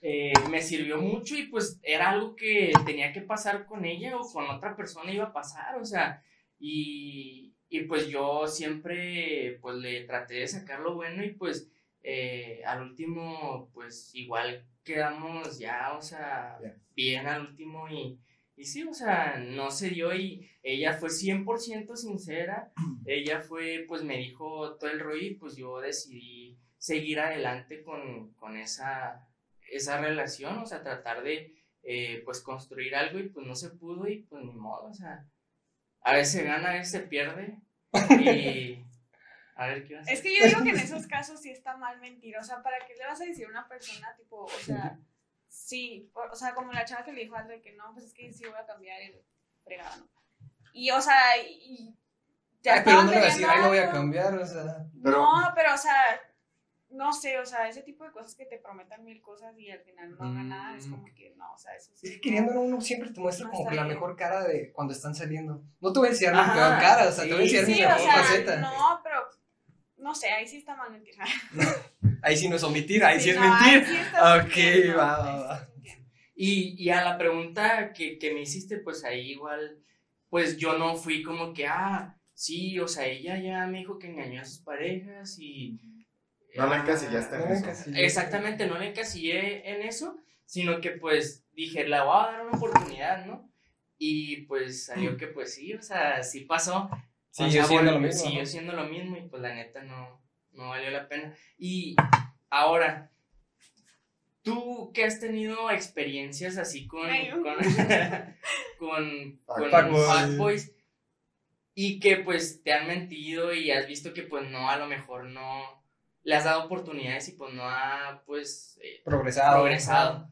D: eh, me sirvió mucho y pues era algo que tenía que pasar con ella o con otra persona iba a pasar, o sea, y, y, pues yo siempre pues le traté de sacar lo bueno y pues eh, al último pues igual quedamos ya, o sea,
A: Bien.
D: bien al último y, y sí, o sea, no se dio y ella fue 100% sincera ella fue, pues me dijo todo el rollo y pues yo decidí seguir adelante con, con esa, esa relación, o sea, tratar de, eh, pues construir algo y pues no se pudo y pues ni modo, o sea, a veces se gana, a veces se pierde y a ver qué va a
B: Es
D: hacer.
B: que yo digo que en esos casos sí está mal mentir. O sea, ¿para qué le vas a decir a una persona, tipo, o sea, sí, o, o sea, como la chava que le dijo a André que no, pues es que sí voy a cambiar el fregado, ¿no? Y, o sea, y- y.
C: Ay, pero
B: estaban
C: no le voy a decir,
B: peleando
C: ay, no voy a
B: algo".
C: cambiar, o sea.
A: Pero-
B: No, pero, o sea, no sé, o sea, ese tipo de cosas que te prometan mil cosas y al final no hagan nada, es como que no, o sea, eso sí.
C: Es que Mm. queriendo o no, uno siempre te muestra
B: No
C: como
B: está
C: que la
B: bien.
C: mejor cara de cuando están saliendo. No te voy a enseñar mi
D: Ajá,
C: peor cara, o sea, te voy a
D: sí,
C: enseñar mi
B: Sí, o
C: mejor
B: sea,
C: faceta.
B: no, pero. No sé, ahí sí está mal mentir.
C: Ahí sí no es omitir, ahí sí, es
B: no,
C: mentir.
B: ahí sí estás
C: Ok,
B: mintiendo,
C: va, va,
B: ahí sí
C: va.
B: estás mintiendo.
D: Y, y a la pregunta que, que me hiciste, pues ahí igual, pues yo no fui como que, ah, sí, o sea, ella ya me dijo que engañó a sus parejas y...
A: No la
D: Ah,
A: encasillaste en
C: No me
A: eso.
C: encasillé.
D: Exactamente, no le encasillé en eso, sino que pues dije, la voy a dar una oportunidad, ¿no? Y pues
A: Mm.
D: salió que pues sí, o sea, sí pasó.
C: Siguió
D: O sea,
C: siendo lo
D: volvió-
C: mismo,
D: siguió
C: ¿no?
D: siendo lo mismo y pues la neta no, no valió la pena. Y ahora, tú que has tenido experiencias así con...
B: Ay,
D: con,
B: uh.
D: con,
A: Fuck
D: con
C: boys.
D: fuckboys y que pues te han mentido y has visto que pues no, a lo mejor no le has dado oportunidades y pues no ha pues eh,
C: Progresado.
D: progresado.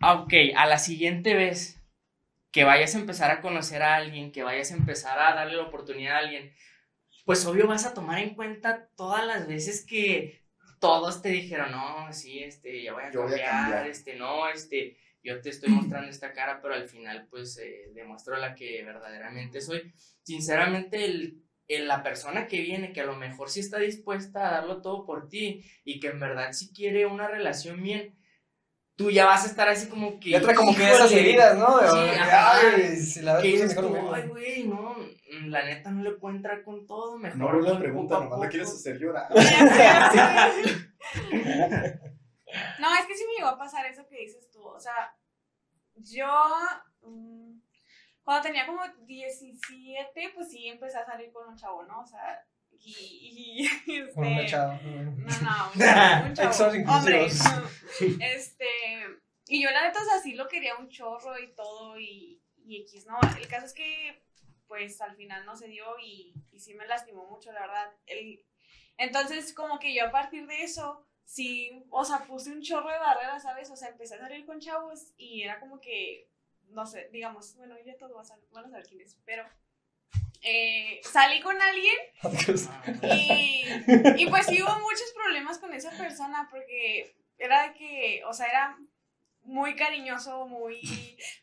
D: Ah, Ok, a la siguiente vez que vayas a empezar a conocer a alguien, que vayas a empezar a darle la oportunidad a alguien, pues obvio vas a tomar en cuenta todas las veces que todos te dijeron, no, sí, este, ya voy a
A: Yo voy a
D: cambiar,
A: cambiar".
D: este, no, este, yo te estoy mostrando esta cara, pero al final pues eh, demuestro la que verdaderamente soy. Sinceramente, el, el- la persona que viene, que a lo mejor sí está dispuesta a darlo todo por ti y que en verdad sí quiere una relación bien, tú ya vas a estar así como que...
C: Y otra como que esas
D: "Híjole".
C: heridas, ¿no? De-
D: Sí,
C: ay,
D: ajá.
C: si
D: que
C: la verdad
D: dices
C: mejor
D: tú,
C: no me-
D: ay, güey, no, mm, la neta no le puedo entrar con todo, mejor.
A: No abro la
D: voy
A: pregunta,
D: poco a
A: nomás la quieres
D: poco".
A: hacer llorar.
B: No, es que sí me llegó a pasar eso que dices tú. O sea, yo mm, cuando tenía como 17, pues sí empecé a salir con un chavo, ¿no? O sea, y, y, este,
C: Con una chava.
B: No, no, un chavo. un
C: Hay que
B: chavo.
C: ser
B: Hombre,
C: inclusivos.
B: no. este. Y yo, la neta, o sea, sí lo quería un chorro y todo, y, y X, ¿no? El caso es que, pues al final no se dio y, y sí me lastimó mucho, la verdad. El- entonces, como que yo a partir de eso, sí, o sea, puse un chorro de barreras, ¿sabes? O sea, empecé a salir con chavos y era como que, no sé, digamos, bueno, ya todos van a saber, van a saber quién es, pero. eh, salí con alguien y, y pues sí hubo muchos problemas con esa persona porque era de que, o sea, era, muy cariñoso, muy,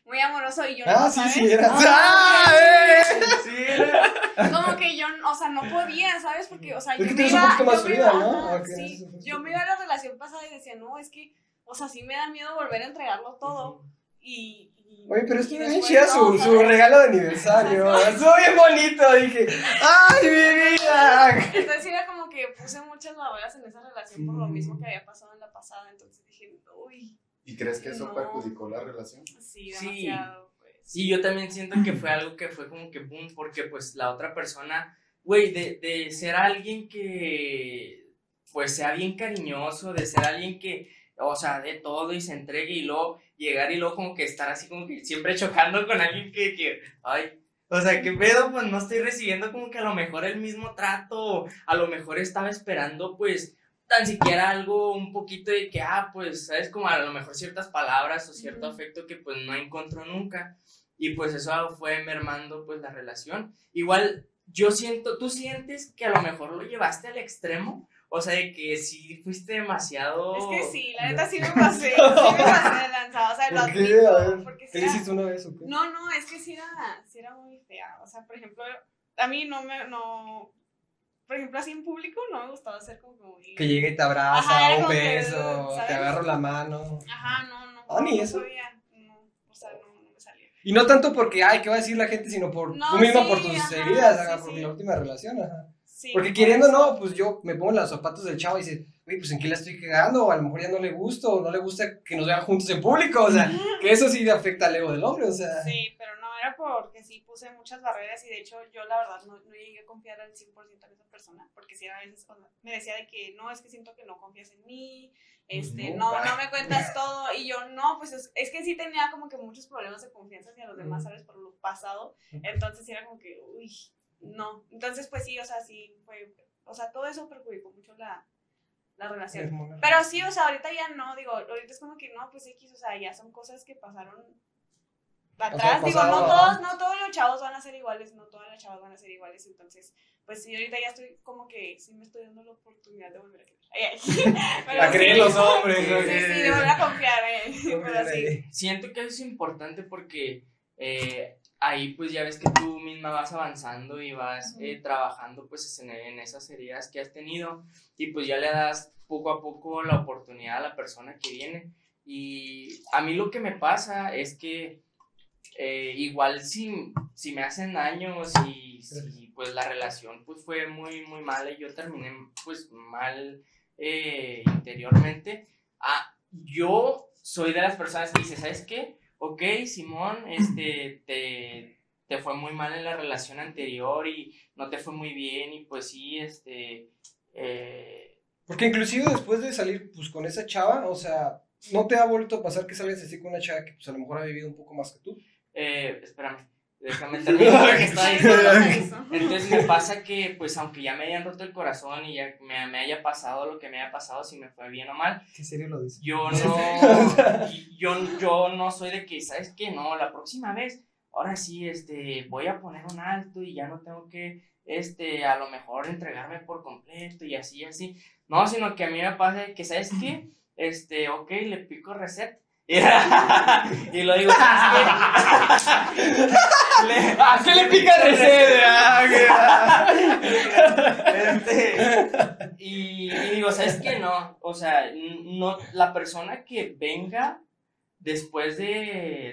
B: muy amoroso y yo
C: Ah,
B: no,
C: sí,
B: ¿sabes?
C: sí, era.
B: Ah,
A: Sí,
B: Como que yo, o sea, no podía, ¿sabes? Porque, o sea,
C: Es que
B: yo me
C: tienes un
B: iba,
C: poquito más
B: yo me
C: fría,
B: iba-
C: ¿no?
B: ajá,
C: Ok,
B: sí,
C: eso fue
B: yo me iba a la relación pasada y decía, no, es que, o sea, sí me da miedo volver a entregarlo todo. Y, y-
C: Oye, pero
B: y
C: estuvo bien
B: después
C: chida
B: no,
C: su, su
B: ¿sabes?
C: regalo de aniversario. Estuvo bien bonito. Dije, ¡ay, mi vida!
B: Entonces era como que puse muchas barreras en esa relación por lo
C: Mm.
B: mismo que había pasado en la pasada. Entonces dije, uy,
A: ¿Y crees que eso
B: No.
A: perjudicó la relación?
B: sí,
D: Sí.
B: demasiado. pues.
D: Sí, yo también siento que fue algo que fue como que boom, porque pues la otra persona, güey, de, de ser alguien que pues sea bien cariñoso, de ser alguien que, o sea, de todo y se entregue y luego llegar y luego como que estar así como que siempre chocando con alguien que, que ay, o sea, qué pedo, pues no estoy recibiendo como que a lo mejor el mismo trato, a lo mejor estaba esperando pues tan siquiera algo un poquito de que, ah, pues, sabes, como a lo mejor ciertas palabras o cierto
B: Ujú.
D: afecto que pues no encontró nunca y pues eso fue mermando pues la relación. Igual yo siento, tú sientes que a lo mejor lo llevaste al extremo, o sea, de que sí fuiste demasiado...
B: Es que sí, la neta sí me pasé, sí me pasé de lanzada, o sea, lo
C: ¿Por qué? A
B: admito,
C: ver,
B: porque sí
C: ¿Te
B: era-
C: hiciste una vez o qué?
B: No, no, es que sí era, sí era muy fea, o sea, por ejemplo, a mí no me, no, por ejemplo, así en público no me gustaba hacer como que muy...
C: Que llegue y te
B: Ajá,
C: abraza,
B: era
C: un
B: como que,
C: beso, te
B: ¿sabes?
C: agarro la mano.
B: Ajá, no, no, no,
C: Ah, ¿ni
B: no
C: eso?
B: podía, no, o sea, no, no me salía.
C: Y no tanto porque, ay, ¿qué va a decir la gente? Sino por
B: No,
C: tú misma,
B: sí,
C: por tus
B: ajá,
C: heridas,
B: sí,
C: ajá,
B: sí.
C: por la última relación, ajá.
B: Sí,
C: Porque
B: por
C: queriendo
B: eso.
C: no, pues yo me pongo en los zapatos del chavo y dice, oye, pues en qué la estoy cagando, o a lo mejor ya no le gusto, o no le gusta que nos vean juntos en público, o sea, que eso sí le afecta al ego del hombre, o sea.
B: Sí, pero no, era porque sí puse muchas barreras y de hecho yo la verdad no, no llegué a confiar al 100% en esa persona, porque sí a veces o sea, me decía de que no, es que siento que no confías en mí, este,
A: No,
B: no,
A: va.
B: no me cuentas todo y yo no, pues es, es que sí tenía como que muchos problemas de confianza hacia los demás, ¿sabes? Por lo pasado, entonces sí era como que, uy, no, entonces pues sí, o sea, sí fue, o sea, todo eso perjudicó mucho la, la relación.
C: es mono.
B: Pero sí, o sea, ahorita ya no, digo, ahorita es como que no, pues X, o sea, ya son cosas que pasaron atrás, digo,
C: pasado,
B: no
C: ajá.
B: todos, no todos los chavos van a ser iguales, no todas las chavas van a ser iguales, entonces, pues sí, ahorita ya estoy como que sí me estoy dando la oportunidad de volver a creer. Ay, ay. Pero
C: A
B: sí,
C: creer los hombres,
B: Sí,
C: ¿no?
B: sí, sí, de volver a confiar, eh, pero sí.
D: siento que eso es importante porque eh, ahí pues ya ves que tú misma vas avanzando y vas
B: Ujú.
D: eh, trabajando pues en, en esas heridas que has tenido y pues ya le das poco a poco la oportunidad a la persona que viene y a mí lo que me pasa es que eh, igual si, si me hacen daño si, si pues la relación pues fue muy muy mala y yo terminé pues mal eh, interiormente ah, yo soy de las personas que dice, ¿sabes qué? Ok, Simón, este, te, te fue muy mal en la relación anterior y no te fue muy bien y pues sí, este, eh,
C: Porque inclusive después de salir pues con esa chava, o sea, no te ha vuelto a pasar que salgas así con una chava que pues a lo mejor ha vivido un poco más que tú.
D: eh, espérame, déjame terminar lo que estaba
B: Ay, no,
D: diciendo.
B: no, eso.
D: Entonces me pasa que, pues aunque ya me hayan roto el corazón y ya me, me haya pasado lo que me haya pasado, si me fue bien o mal,
C: ¿Qué serio lo dices?
D: Yo no, yo, yo no soy de que, ¿sabes qué? No, la próxima vez, ahora sí, este, voy a poner un alto y ya no tengo que, este, a lo mejor entregarme por completo y así, así. No, sino que a mí me pasa de que, ¿sabes qué? Este, ok, le pico reset. y lo digo, ¿sabes qué? Le-
C: ¿A qué le pica reset? Ah,
D: Este, y, y digo, ¿sabes qué? No, o sea, n- no, la persona que venga después de,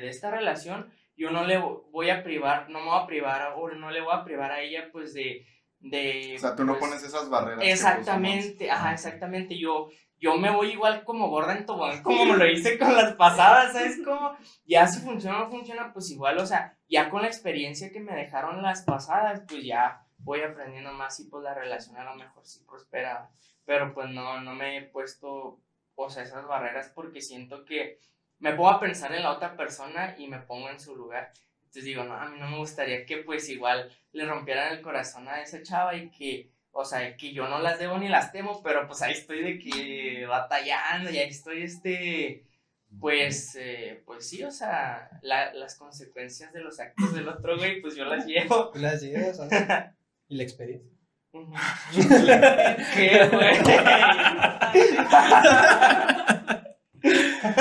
D: de esta relación, yo no le vo- voy a privar, no me voy a privar, o no le voy a privar a ella, pues, de... de
A: O sea, tú no
D: pues,
A: pones esas barreras. que puso
D: Exactamente, ajá, exactamente. Yo, yo me voy igual como gorda en tobogán, como me lo hice con las pasadas, ¿sabes? Como, ya si funciona o no funciona, pues igual, o sea, ya con la experiencia que me dejaron las pasadas, pues ya voy aprendiendo más y pues la relación a lo mejor sí prospera. Pero pues no, no me he puesto, o sea, esas barreras porque siento que me pongo a pensar en la otra persona y me pongo en su lugar. Entonces digo, no, a mí no me gustaría que pues igual le rompieran el corazón a esa chava y que o sea, que yo no las debo ni las temo, pero pues ahí estoy de que batallando y ahí estoy este,
A: Simón.
D: pues, eh, pues sí, o sea, la- las consecuencias de los actos del otro güey, pues yo las llevo.
C: Tú las llevas, ajá. Y la experiencia.
D: ¿Qué, güey?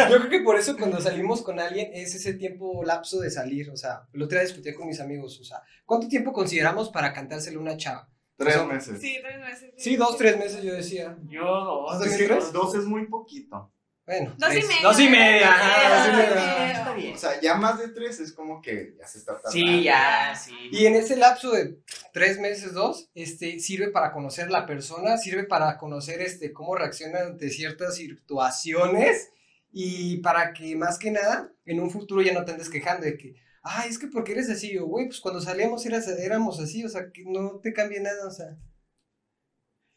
C: Yo creo que por eso cuando salimos con alguien es ese tiempo lapso de salir. O sea, el otro día discutí con mis amigos. O sea, ¿cuánto tiempo consideramos para cantárselo a una chava?
A: Tres
C: Son-
A: meses.
B: Sí, tres meses.
C: Sí, dos, tres meses yo decía.
D: Yo dos.
A: Es que
C: crees?
A: dos es muy poquito.
C: Bueno.
B: Dos y
C: tres.
B: media.
C: Dos y media. ajá, dos y
B: Dos y
C: media.
B: media.
D: Está bien.
A: O sea, ya más de tres es como que ya se está tardando.
D: Sí, ya, sí.
C: Y en ese lapso de tres meses, dos, este, sirve para conocer la persona, sirve para conocer este, cómo reacciona ante ciertas situaciones y para que más que nada en un futuro ya no te andes quejando de que, ay, es que porque eres así, yo, güey, pues cuando salíamos eras- éramos así, o sea, que no te cambie nada, o sea.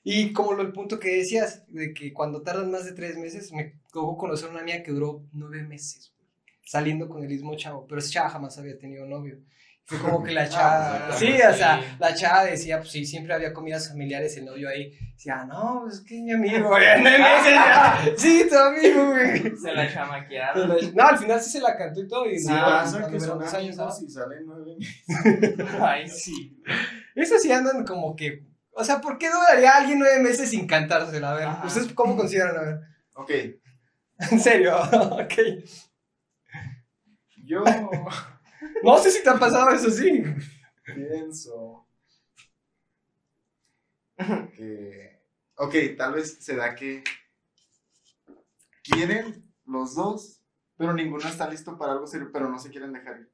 C: Y como lo, el punto que decías, de que cuando tardan más de tres meses, me tocó conocer una mía que duró nueve meses, güey, saliendo con el mismo chavo, pero esa chava jamás había tenido novio. Fue como que
A: Ah,
C: la chava,
D: pues,
C: sí,
D: claro,
C: o
D: sí.
C: sea, la chava decía, pues sí, siempre había comidas familiares, el novio ahí, decía, "Ah, no, pues es que es mi amigo, güey, nueve meses, ya. sí, tu amigo, güey.
D: Se la chamaquearon.
C: Pero, No, al final sí se la cantó y todo. Y
A: Sí,
C: no,
A: por
C: cuando
A: eso que
C: duró
A: son
C: dos años,
A: amigos
C: ¿no?
A: y salen nueve meses.
D: Ay, sí.
C: Esos sí andan como que. O sea, ¿por qué duraría alguien nueve meses sin cantársela? A ver,
D: Ajá.
C: ¿ustedes cómo consideran? A ver,
A: Ok,
C: en serio, ok.
A: yo
C: No sé si te ha pasado eso, sí.
A: pienso que... Ok, tal vez se da que quieren los dos, pero ninguno está listo para algo serio, pero no se quieren dejar ir.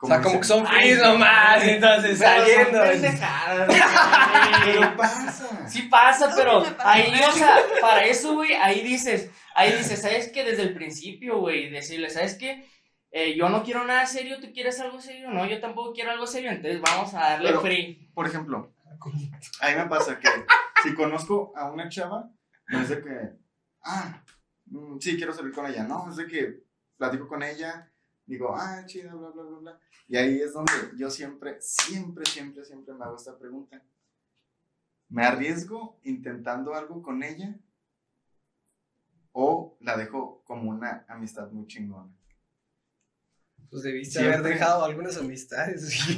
C: O sea, como que
A: dicen.
C: son fríos nomás, entonces saliendo.
A: Pero pasa.
D: Sí pasa,
B: Creo
D: pero
B: que me pasa.
D: ahí, o sea, para eso, güey, ahí dices, ahí dices, ¿sabes qué? Desde el principio, güey, decirle, ¿sabes qué? Eh, yo no quiero nada serio, ¿tú quieres algo serio? No, yo tampoco quiero algo serio, entonces vamos a darle
A: Pero-
D: free.
A: Por ejemplo, a mí me pasa que si conozco a una chava, no es de que, ah, mm, sí, quiero salir con ella. No, es de que platico con ella, digo, ah, chida, bla, bla, bla, bla. Y ahí es donde yo siempre, siempre, siempre, siempre me hago esta pregunta. ¿Me arriesgo intentando algo con ella? ¿O la dejo como una amistad muy chingona?
C: Pues debiste
A: Siempre.
C: haber dejado algunas amistades. sí.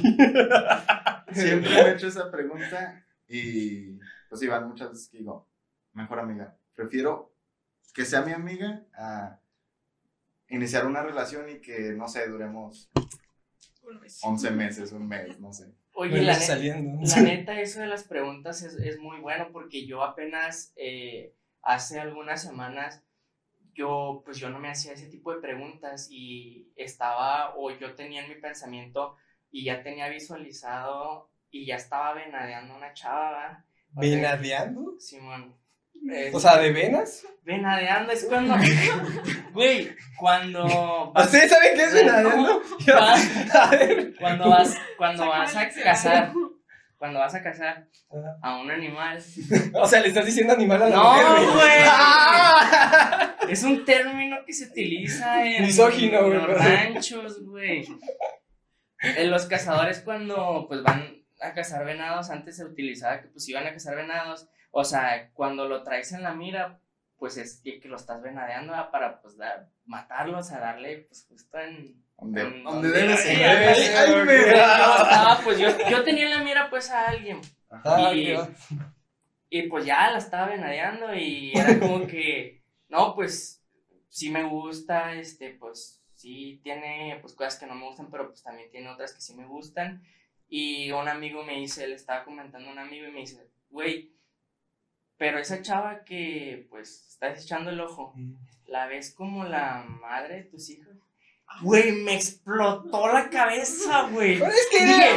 A: Siempre me he hecho esa pregunta y pues Iván muchas veces que digo, mejor amiga, prefiero que sea mi amiga a iniciar una relación y que, no sé, duremos
B: Un mes.
A: 11 meses, un mes, no sé.
D: Oye,
C: Nueve
D: la,
C: meses
D: neta-
C: saliendo.
D: La neta, eso de las preguntas es, es muy bueno porque yo apenas eh, hace algunas semanas, yo pues yo no me hacía ese tipo de preguntas y estaba, o yo tenía en mi pensamiento y ya tenía visualizado y ya estaba venadeando una chava. ¿va? O sea,
C: ¿Venadeando?
D: Simón. Eh,
C: O sea, ¿de venas?
D: venadeando es cuando, güey, cuando vas,
C: ¿Ustedes saben qué es venadeando?
D: Ah.
C: Yo-
D: vas-
C: A ver.
D: cuando vas, cuando
B: Sácame
D: vas
B: el
D: a
B: diccionario.
D: cazar, cuando vas a cazar
C: Ajá.
D: a un animal.
C: O sea, le estás diciendo animal a la
D: No,
C: mujer,
D: güey.
C: ¡Ah!
D: Es un término que se utiliza en
C: Misógino, güey,
D: los
C: perdón.
D: ranchos, güey. En los cazadores cuando pues van a cazar venados, antes se utilizaba que pues iban a cazar venados, o sea, cuando lo traes en la mira, pues es que, que lo estás venadeando ah, para pues dar, matarlo, o sea, darle pues justo en...
A: Donde,
D: en
A: donde debe
D: Sí,
A: ser.
D: ándale.
C: Ay, ay,
D: Yo
C: me da.
D: estaba, pues yo, yo tenía en la mira pues a alguien
C: Ah,
D: Y-
C: qué va.
D: y pues ya la estaba venadeando y era como que, no, pues sí me gusta, este, pues sí tiene pues cosas que no me gustan, pero pues también tiene otras que sí me gustan. Y un amigo me dice, le estaba comentando a un amigo y me dice, güey, pero esa chava que pues estás echando el ojo, la ves como la madre de tus hijos. Güey, me explotó la cabeza, güey.
C: Pero es que
D: Dije,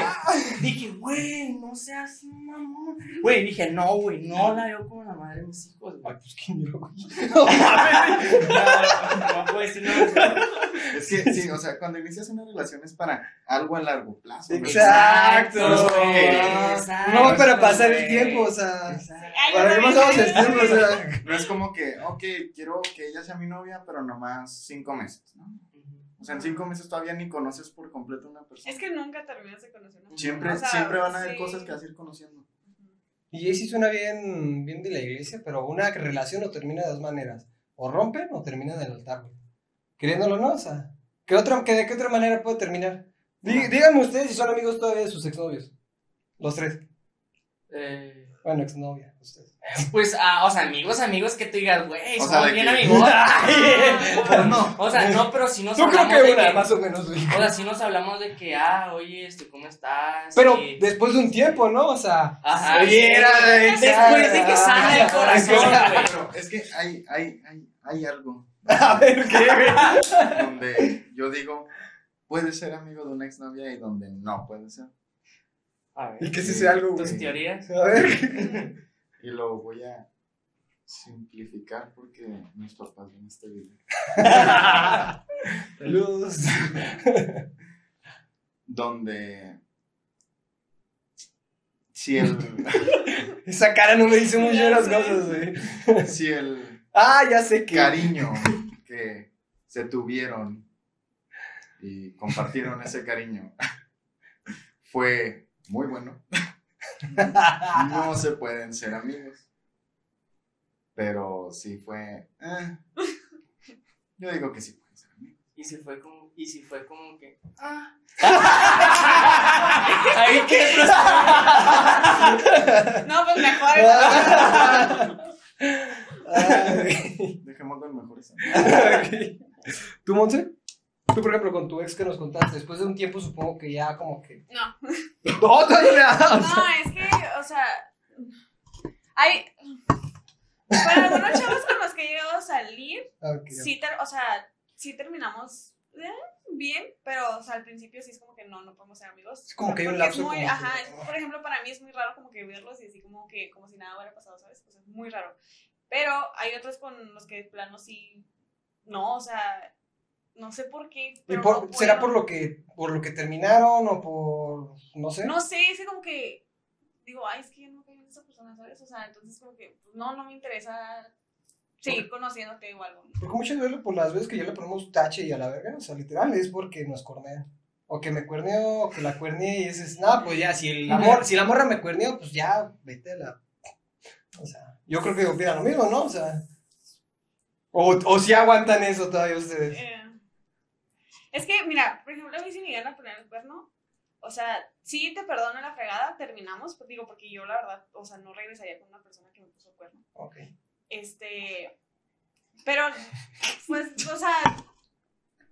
D: dije, güey, no seas mamón. Güey, dije, no, güey, no la veo como la madre de mis hijos, güey.
C: pues que yo, güey. No mames.
D: No, no puedo decir nada.
A: Es que, sí, o sea, cuando inicias una relación es para algo a largo plazo. ¿no?
C: Exacto.
D: güey,
C: No más para pasar el
D: güey.
C: tiempo, o sea.
D: Exacto.
B: Ay,
C: Para que
B: yo
C: pasamos
B: también.
C: el tiempo, o sea.
A: No es como que, ok, quiero que ella sea mi novia, pero nomás cinco meses, ¿no? O sea, en cinco meses todavía ni conoces por completo a una persona.
B: Es que nunca terminas de conocer una
A: Siempre,
B: o sea,
A: siempre van a haber
B: sí.
A: cosas que vas a ir conociendo.
C: Y ahí sí suena bien, bien de la iglesia, pero una relación lo termina de dos maneras. O rompen o terminan en el altar, güey. Queriéndolo o no, o sea. ¿qué otra, qué- ¿De qué otra manera puede terminar? Dí- Díganme ustedes si son amigos todavía de sus exnovios. Los tres.
D: Eh,
C: Bueno, exnovia, usted.
D: pues, ah, o sea, amigos, amigos que tú digas, güey,
A: O
D: somos
A: sea, de
D: bien
A: que-
D: amigos.
C: Pues no.
D: O sea, no, pero si nos
C: Yo creo
D: hablamos
C: que
D: de
C: una,
D: que-
C: más o menos, güey.
D: O sea, si nos hablamos de que, ah, oye, este, ¿cómo estás?
C: Pero
D: Y-
C: después de un tiempo, ¿no? O sea.
D: Ajá,
C: oye,
D: sí.
C: era de-
D: Después de que
A: Ah,
D: sale el corazón, güey.
A: Pero es que hay, hay, hay, hay algo
C: A ver qué, güey?
A: donde yo digo, puede ser amigo de una exnovia y donde no puede ser.
D: A
C: Y
D: ver,
C: que sí sea algo, güey.
D: tus teorías.
C: A ver.
A: Y lo voy a simplificar porque mis papás ven este video.
C: Saludos.
A: Donde si el,
C: Esa cara no me dice mucho de las cosas, güey.
A: si el
C: Ah, ya sé que.
A: cariño que se tuvieron y compartieron ese cariño fue muy bueno. No se pueden ser amigos. Pero sí fue. eh, Yo digo que sí pueden ser amigos.
D: Y si fue como, y si fue como que. Ah. Ahí qué frustrante.
B: No, pues mejor.
C: Ah, Ay.
A: Dejemos los mejores amigos.
C: ¿Tú, Monse? Tú, por ejemplo, con tu ex que nos contaste, después de un tiempo supongo que ya como que...
B: No.
C: No, todavía nada. o sea.
B: No, es que, o sea. Hay. Para algunos chavos con los que he llegado a salir,
C: Ah, Ok, ya.
B: sí, ter- o sea, sí terminamos eh, bien, pero, o sea, al principio sí es como que no, no podemos ser amigos.
C: Es como que hay un
B: Porque es
C: lapso
B: muy-
C: como que-
B: Ajá, es- por ejemplo, para mí es muy raro como que verlos y así como que, como si nada hubiera pasado, ¿sabes? O sea, es muy raro. Pero hay otros con los que de plano sí. No, o sea, no sé por qué.
C: ¿Y
B: pero
C: por-
B: no
C: ¿Será
B: puedo.
C: por lo, que, por lo que terminaron o por... no sé?
B: No sé, es como que digo, ay, es que yo no caí en esa persona, ¿sabes? O sea, entonces como que pues, no, no me interesa seguir conociéndote o algo.
C: Porque muchas veces por las veces que ya le ponemos tache y a la verga, o sea, literal, es porque nos cornean. O que me cuerneó, o que la cuerneé y ese es, nada, pues ya, si, el amor, si la morra me cuerneó, pues ya, vete a la... O sea, yo creo que opinan lo mismo, ¿no? O sea... O, o si aguantan eso todavía ustedes.
B: Eh, es que, mira, por ejemplo, a mí si me llegan a poner el cuerno, o sea, sí te perdono la fregada, terminamos, pues, digo, porque yo la verdad, o sea, no regresaría con una persona que me puso cuerno.
C: Ok.
B: Este, pero, pues, o sea,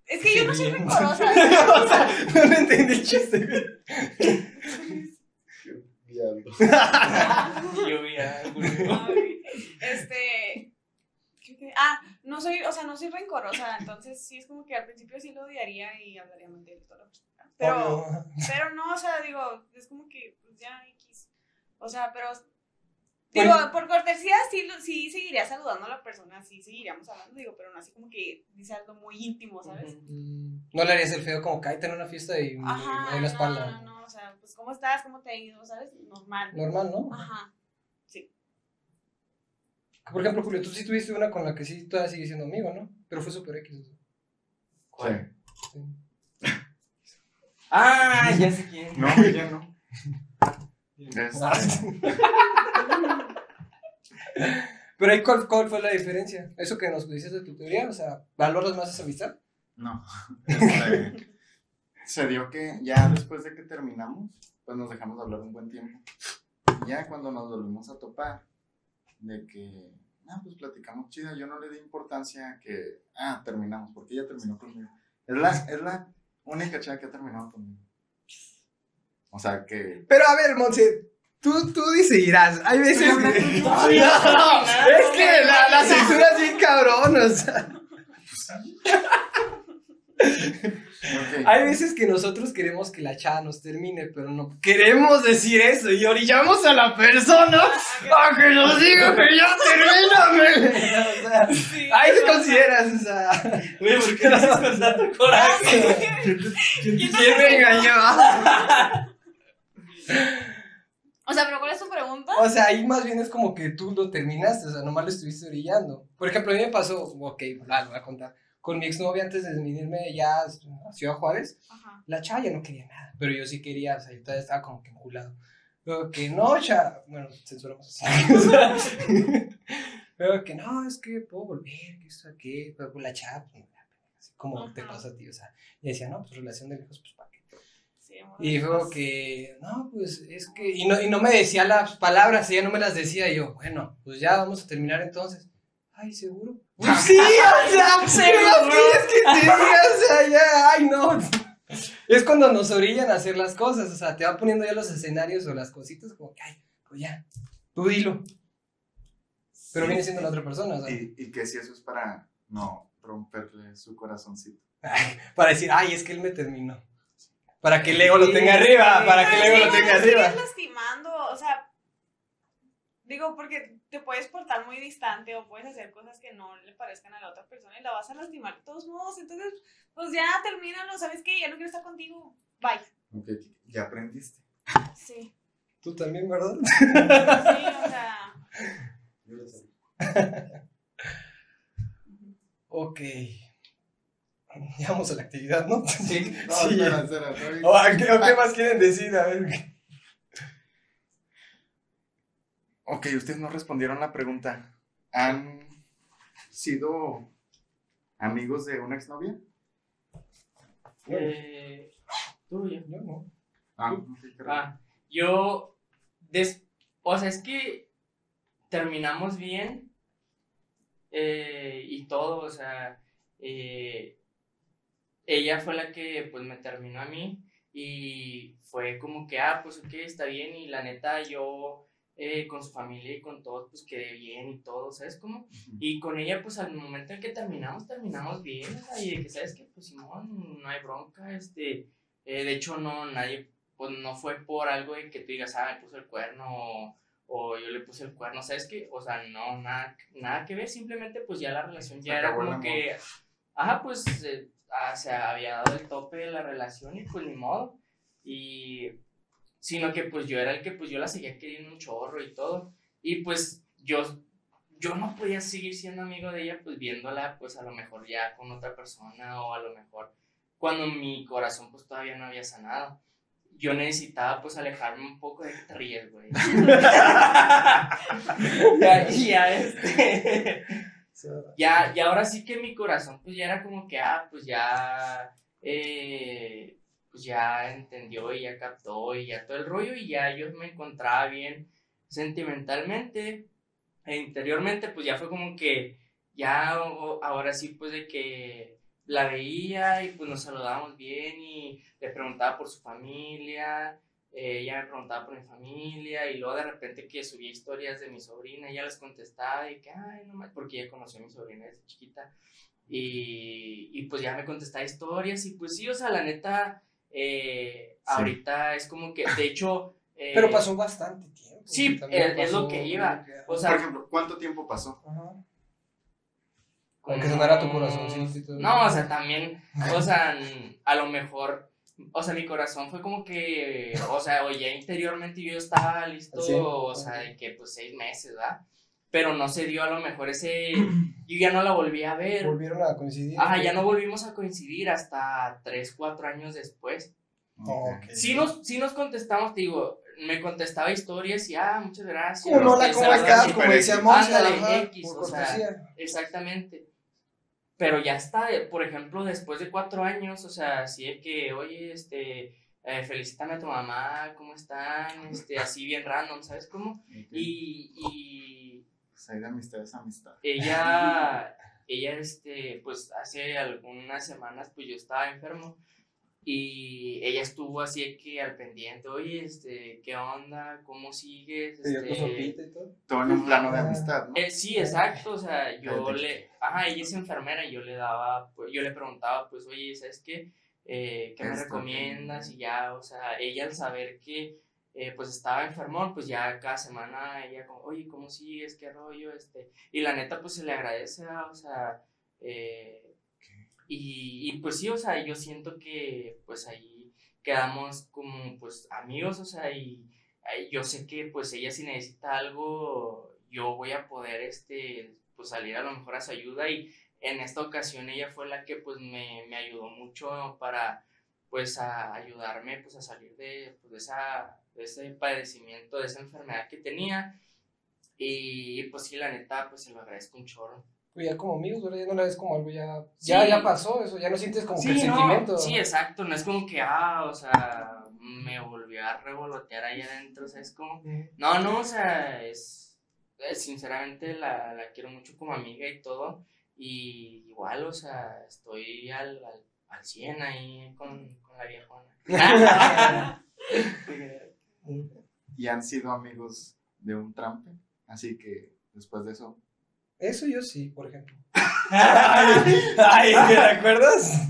B: es que yo no soy
C: Sí.
B: rencorosa.
C: o sea, no entendí el chiste. güey.
D: Lluvia, güey.
B: Ay, este. ¿qué te- Ah, no soy, o sea, no soy rencorosa, entonces sí es como que al principio sí lo odiaría y hablaría mal de él y todo lo que quiera. Pero,
C: Obvio.
B: pero no, o sea, digo, es como que, pues ya, X. O sea, pero. Digo,
C: Bueno.
B: por cortesía sí, lo- sí seguiría saludando a la persona, sí seguiríamos hablando, digo, pero no así como que dice algo muy íntimo, ¿sabes?
C: Mm, No le harías el feo como cállate en una fiesta y me me
B: Ajá,
C: doy la espalda.
B: no, no, no, o sea, pues cómo estás, cómo te ha ido, ¿sabes? Normal.
C: Normal, ¿no?
B: Ajá.
C: Por ejemplo, Julio, tú sí tuviste una con la que sí todavía sigue siendo amigo, ¿no? Pero fue super X.
A: Sí.
C: Sí.
D: Ah, ya sé quién.
A: No, ella no. Este,
C: Pero ahí, ¿cuál, cuál fue la diferencia? Eso que nos dices de tu teoría, o sea, ¿valoras más esa amistad?
A: No. Este, se dio que ya después de que terminamos, pues nos dejamos de hablar un buen tiempo. Ya cuando nos volvimos a topar, de que, ah, pues platicamos chida, yo no le di importancia a que, ah, terminamos, porque ella terminó conmigo. Es la, es la única chica que ha terminado conmigo. O sea que.
C: Pero a ver, Monse, tú, tú decidirás. Hay veces.
D: Pero
C: que-
D: no, no,
C: No,
D: no,
C: es que
D: no,
C: la,
D: no,
C: la
D: no.
C: censura es bien cabrón, o sea.
A: ok.
C: Hay veces que nosotros queremos que la chava nos termine, pero no queremos decir eso y orillamos a la persona a Ah, que nos diga que ya termíname. O sea,
B: Sí,
C: ahí te
B: o sea,
C: consideras, o sea,
D: Güey, ¿por qué lo haces con tanto coraje?
C: ¿quién me engañó?
B: O sea, pero ¿cuál es tu pregunta?
C: O sea, ahí más bien es como que tú lo terminaste, o sea, nomás lo estuviste orillando. Por ejemplo, a mí me pasó, ok, la lo voy a contar, con mi exnovia antes de venirme ya a Ciudad Juárez,
B: Ajá.
C: La chava ya no quería nada, pero yo sí quería, o sea, yo todavía estaba como que enculado. Pero que no, chava, bueno, censuramos así. pero que no, es que puedo volver, que esto, que, pero con la chava, pues, no, así como te
B: Ajá.
C: pasa a ti, o sea, y decía, no, pues relación de lejos, pues para qué.
B: Sí. amor.
C: Y fue como que, no, pues es que. Y no, y no me decía las palabras, ella no me las decía. Y yo, bueno, pues ya vamos a terminar entonces. Ay, seguro. Pues sí, o sea,
B: Seguro.
C: seguro. que te diga, o sea, ya, ay, no. Es cuando nos orillan a hacer las cosas, o sea, te va poniendo ya los escenarios o las cositas, como que, ay, pues ya, tú dilo. Pero viene siendo la otra persona, o sea,
A: Y, y que si eso es para no romperle su corazoncito.
C: para decir, ay, es que él me terminó. Para que el ego lo tenga arriba, para que el
B: Pero
C: ego
B: es
C: lo
B: que
C: tenga
B: igual te
C: arriba.
B: sigues lastimando, o sea, digo, porque te puedes portar muy distante o puedes hacer cosas que no le parezcan a la otra persona y la vas a lastimar de todos modos. Entonces, pues ya termínalo, ¿sabes qué? Ya no quiero estar contigo. Bye.
A: Ok, ya aprendiste.
B: Sí.
C: Tú también, ¿verdad?
B: Sí, o sea.
A: Yo lo sé.
C: Ok. Ya vamos a la actividad, ¿no? Sí.
A: No, espera, espera, todavía-
C: ¿O a qué, o qué más quieren decir? A ver.
A: Ok, ustedes no respondieron la pregunta. ¿Han sido amigos de una exnovia?
D: Eh, tú, yo.
C: Yo no.
A: Ah, ok, qué raro.
D: Ah, yo, des- o sea, es que terminamos bien eh, y todo, o sea, eh, ella fue la que pues me terminó a mí y fue como que, ah, pues ok, está bien y la neta yo eh, con su familia y con todos pues quedé bien y todo, ¿sabes cómo? Y con ella, pues al momento en que terminamos, terminamos bien, o sea, y de que sabes que, pues Simón, no hay bronca, este, eh, de hecho, no, nadie, pues no fue por algo de que tú digas, ah, me puso el cuerno, o, o yo le puse el cuerno, sabes que, o sea, no, nada, nada que ver, simplemente, pues ya la relación
A: Se
D: ya era
A: acabó el
D: como
A: amor.
D: que, ajá, pues, eh, ah, se había dado el tope de la relación y pues ni modo, y, sino que pues yo era el que, pues yo la seguía queriendo un chorro y todo, y pues yo yo no podía seguir siendo amigo de ella, pues viéndola, pues a lo mejor ya con otra persona o a lo mejor cuando mi corazón pues todavía no había sanado. Yo necesitaba pues alejarme un poco de este que te ríes, güey. ya, ya, este, ya, ya ahora sí que mi corazón pues ya era como que, ah, pues ya, eh, pues ya entendió y ya captó y ya todo el rollo y ya yo me encontraba bien sentimentalmente e interiormente, pues ya fue como que ya o- ahora sí, pues de que la veía y pues nos saludábamos bien y le preguntaba por su familia, eh, ella me preguntaba por mi familia y luego de repente que subía historias de mi sobrina, ella las contestaba y que, ay, no más, porque ella conoció a mi sobrina desde chiquita y, y pues ya me contestaba historias y pues sí, o sea, la neta, eh,
A: Sí.
D: ahorita es como que, de hecho... eh,
C: Pero pasó bastante tiempo.
D: Sí,
C: También
D: es- es lo
C: pasó-
D: que iba. Pues, O sea,
A: Por ejemplo, ¿cuánto tiempo pasó?
C: Ajá.
D: como
C: Aunque sonara tu corazoncito.
D: No, o sea, también, o sea, n- a lo mejor, o sea, mi corazón fue como que, o sea, o ya interiormente yo estaba listo,
C: Sí.
D: o sea, de que pues seis meses, ¿verdad? Pero no se dio a lo mejor ese, yo ya no la volví a ver.
C: Volvieron a coincidir.
D: Ajá, ya no volvimos a coincidir hasta tres, cuatro años después.
C: Ok.
D: Sí nos, sí nos contestamos, te digo, me contestaba historias y, ah, muchas gracias.
C: Como no la
D: te
C: como
D: saludo".
C: estás,
A: sí,
C: como
A: pero-
C: decía Monse,
D: Ándale,
C: ajá,
D: X,
C: por
D: o sea,
C: cortesía.
D: Exactamente. Pero ya está, eh, por ejemplo, después de cuatro años, o sea, así de que, oye, este, eh, felicítame a tu mamá, ¿cómo están? Este, así bien random, ¿sabes cómo?
A: ok.
D: Y, y
A: Pues ahí de amistad es amistad.
D: ella, ella, este, pues hace algunas semanas, pues yo estaba enfermo y ella estuvo así de que al pendiente, oye, este, ¿qué onda? ¿Cómo sigues?
C: Te dio tu
D: Este,
C: sopita y todo.
A: Todo en un plano de amistad, ¿no?
D: eh, sí, exacto, o sea, yo
A: Cállate.
D: le, ajá, ella es enfermera y yo le daba, pues, yo le preguntaba, pues, oye, ¿sabes qué? Eh, ¿qué me
A: Esto,
D: recomiendas?
A: que-
D: Y ya, o sea, ella al saber que, eh, pues, estaba enfermón, pues, ya cada semana ella como, oye, ¿cómo sigues? ¿Qué rollo? Este, y la neta, pues, se le agradece, ah, o sea, eh, y, y, pues, sí, o sea, yo siento que, pues, ahí quedamos como, pues, amigos, o sea, y ay, yo sé que pues ella si necesita algo, yo voy a poder este, pues salir a lo mejor a su ayuda y en esta ocasión ella fue la que pues me, me ayudó mucho para pues a ayudarme pues a salir de, pues, de esa, de ese padecimiento, de esa enfermedad que tenía y pues sí, la neta pues se lo agradezco un chorro.
C: Pues ya como amigos, ¿verdad? Ya no la ves como algo, ya,
D: Sí.
C: ya, ya pasó eso, ya no sientes como que el
D: no,
C: sentimiento.
D: sí, exacto, no es como que, ah, o sea, me volvió a revolotear ahí adentro, ¿sabes cómo? No, no, o sea, es, es- sinceramente la, la quiero mucho como amiga y todo, y igual, o sea, estoy al, al, al 100 ahí con, con la viejona.
A: Y han sido amigos de un trampe. Así que después de eso.
C: Eso yo sí, por ejemplo. Ay, ¿te acuerdas?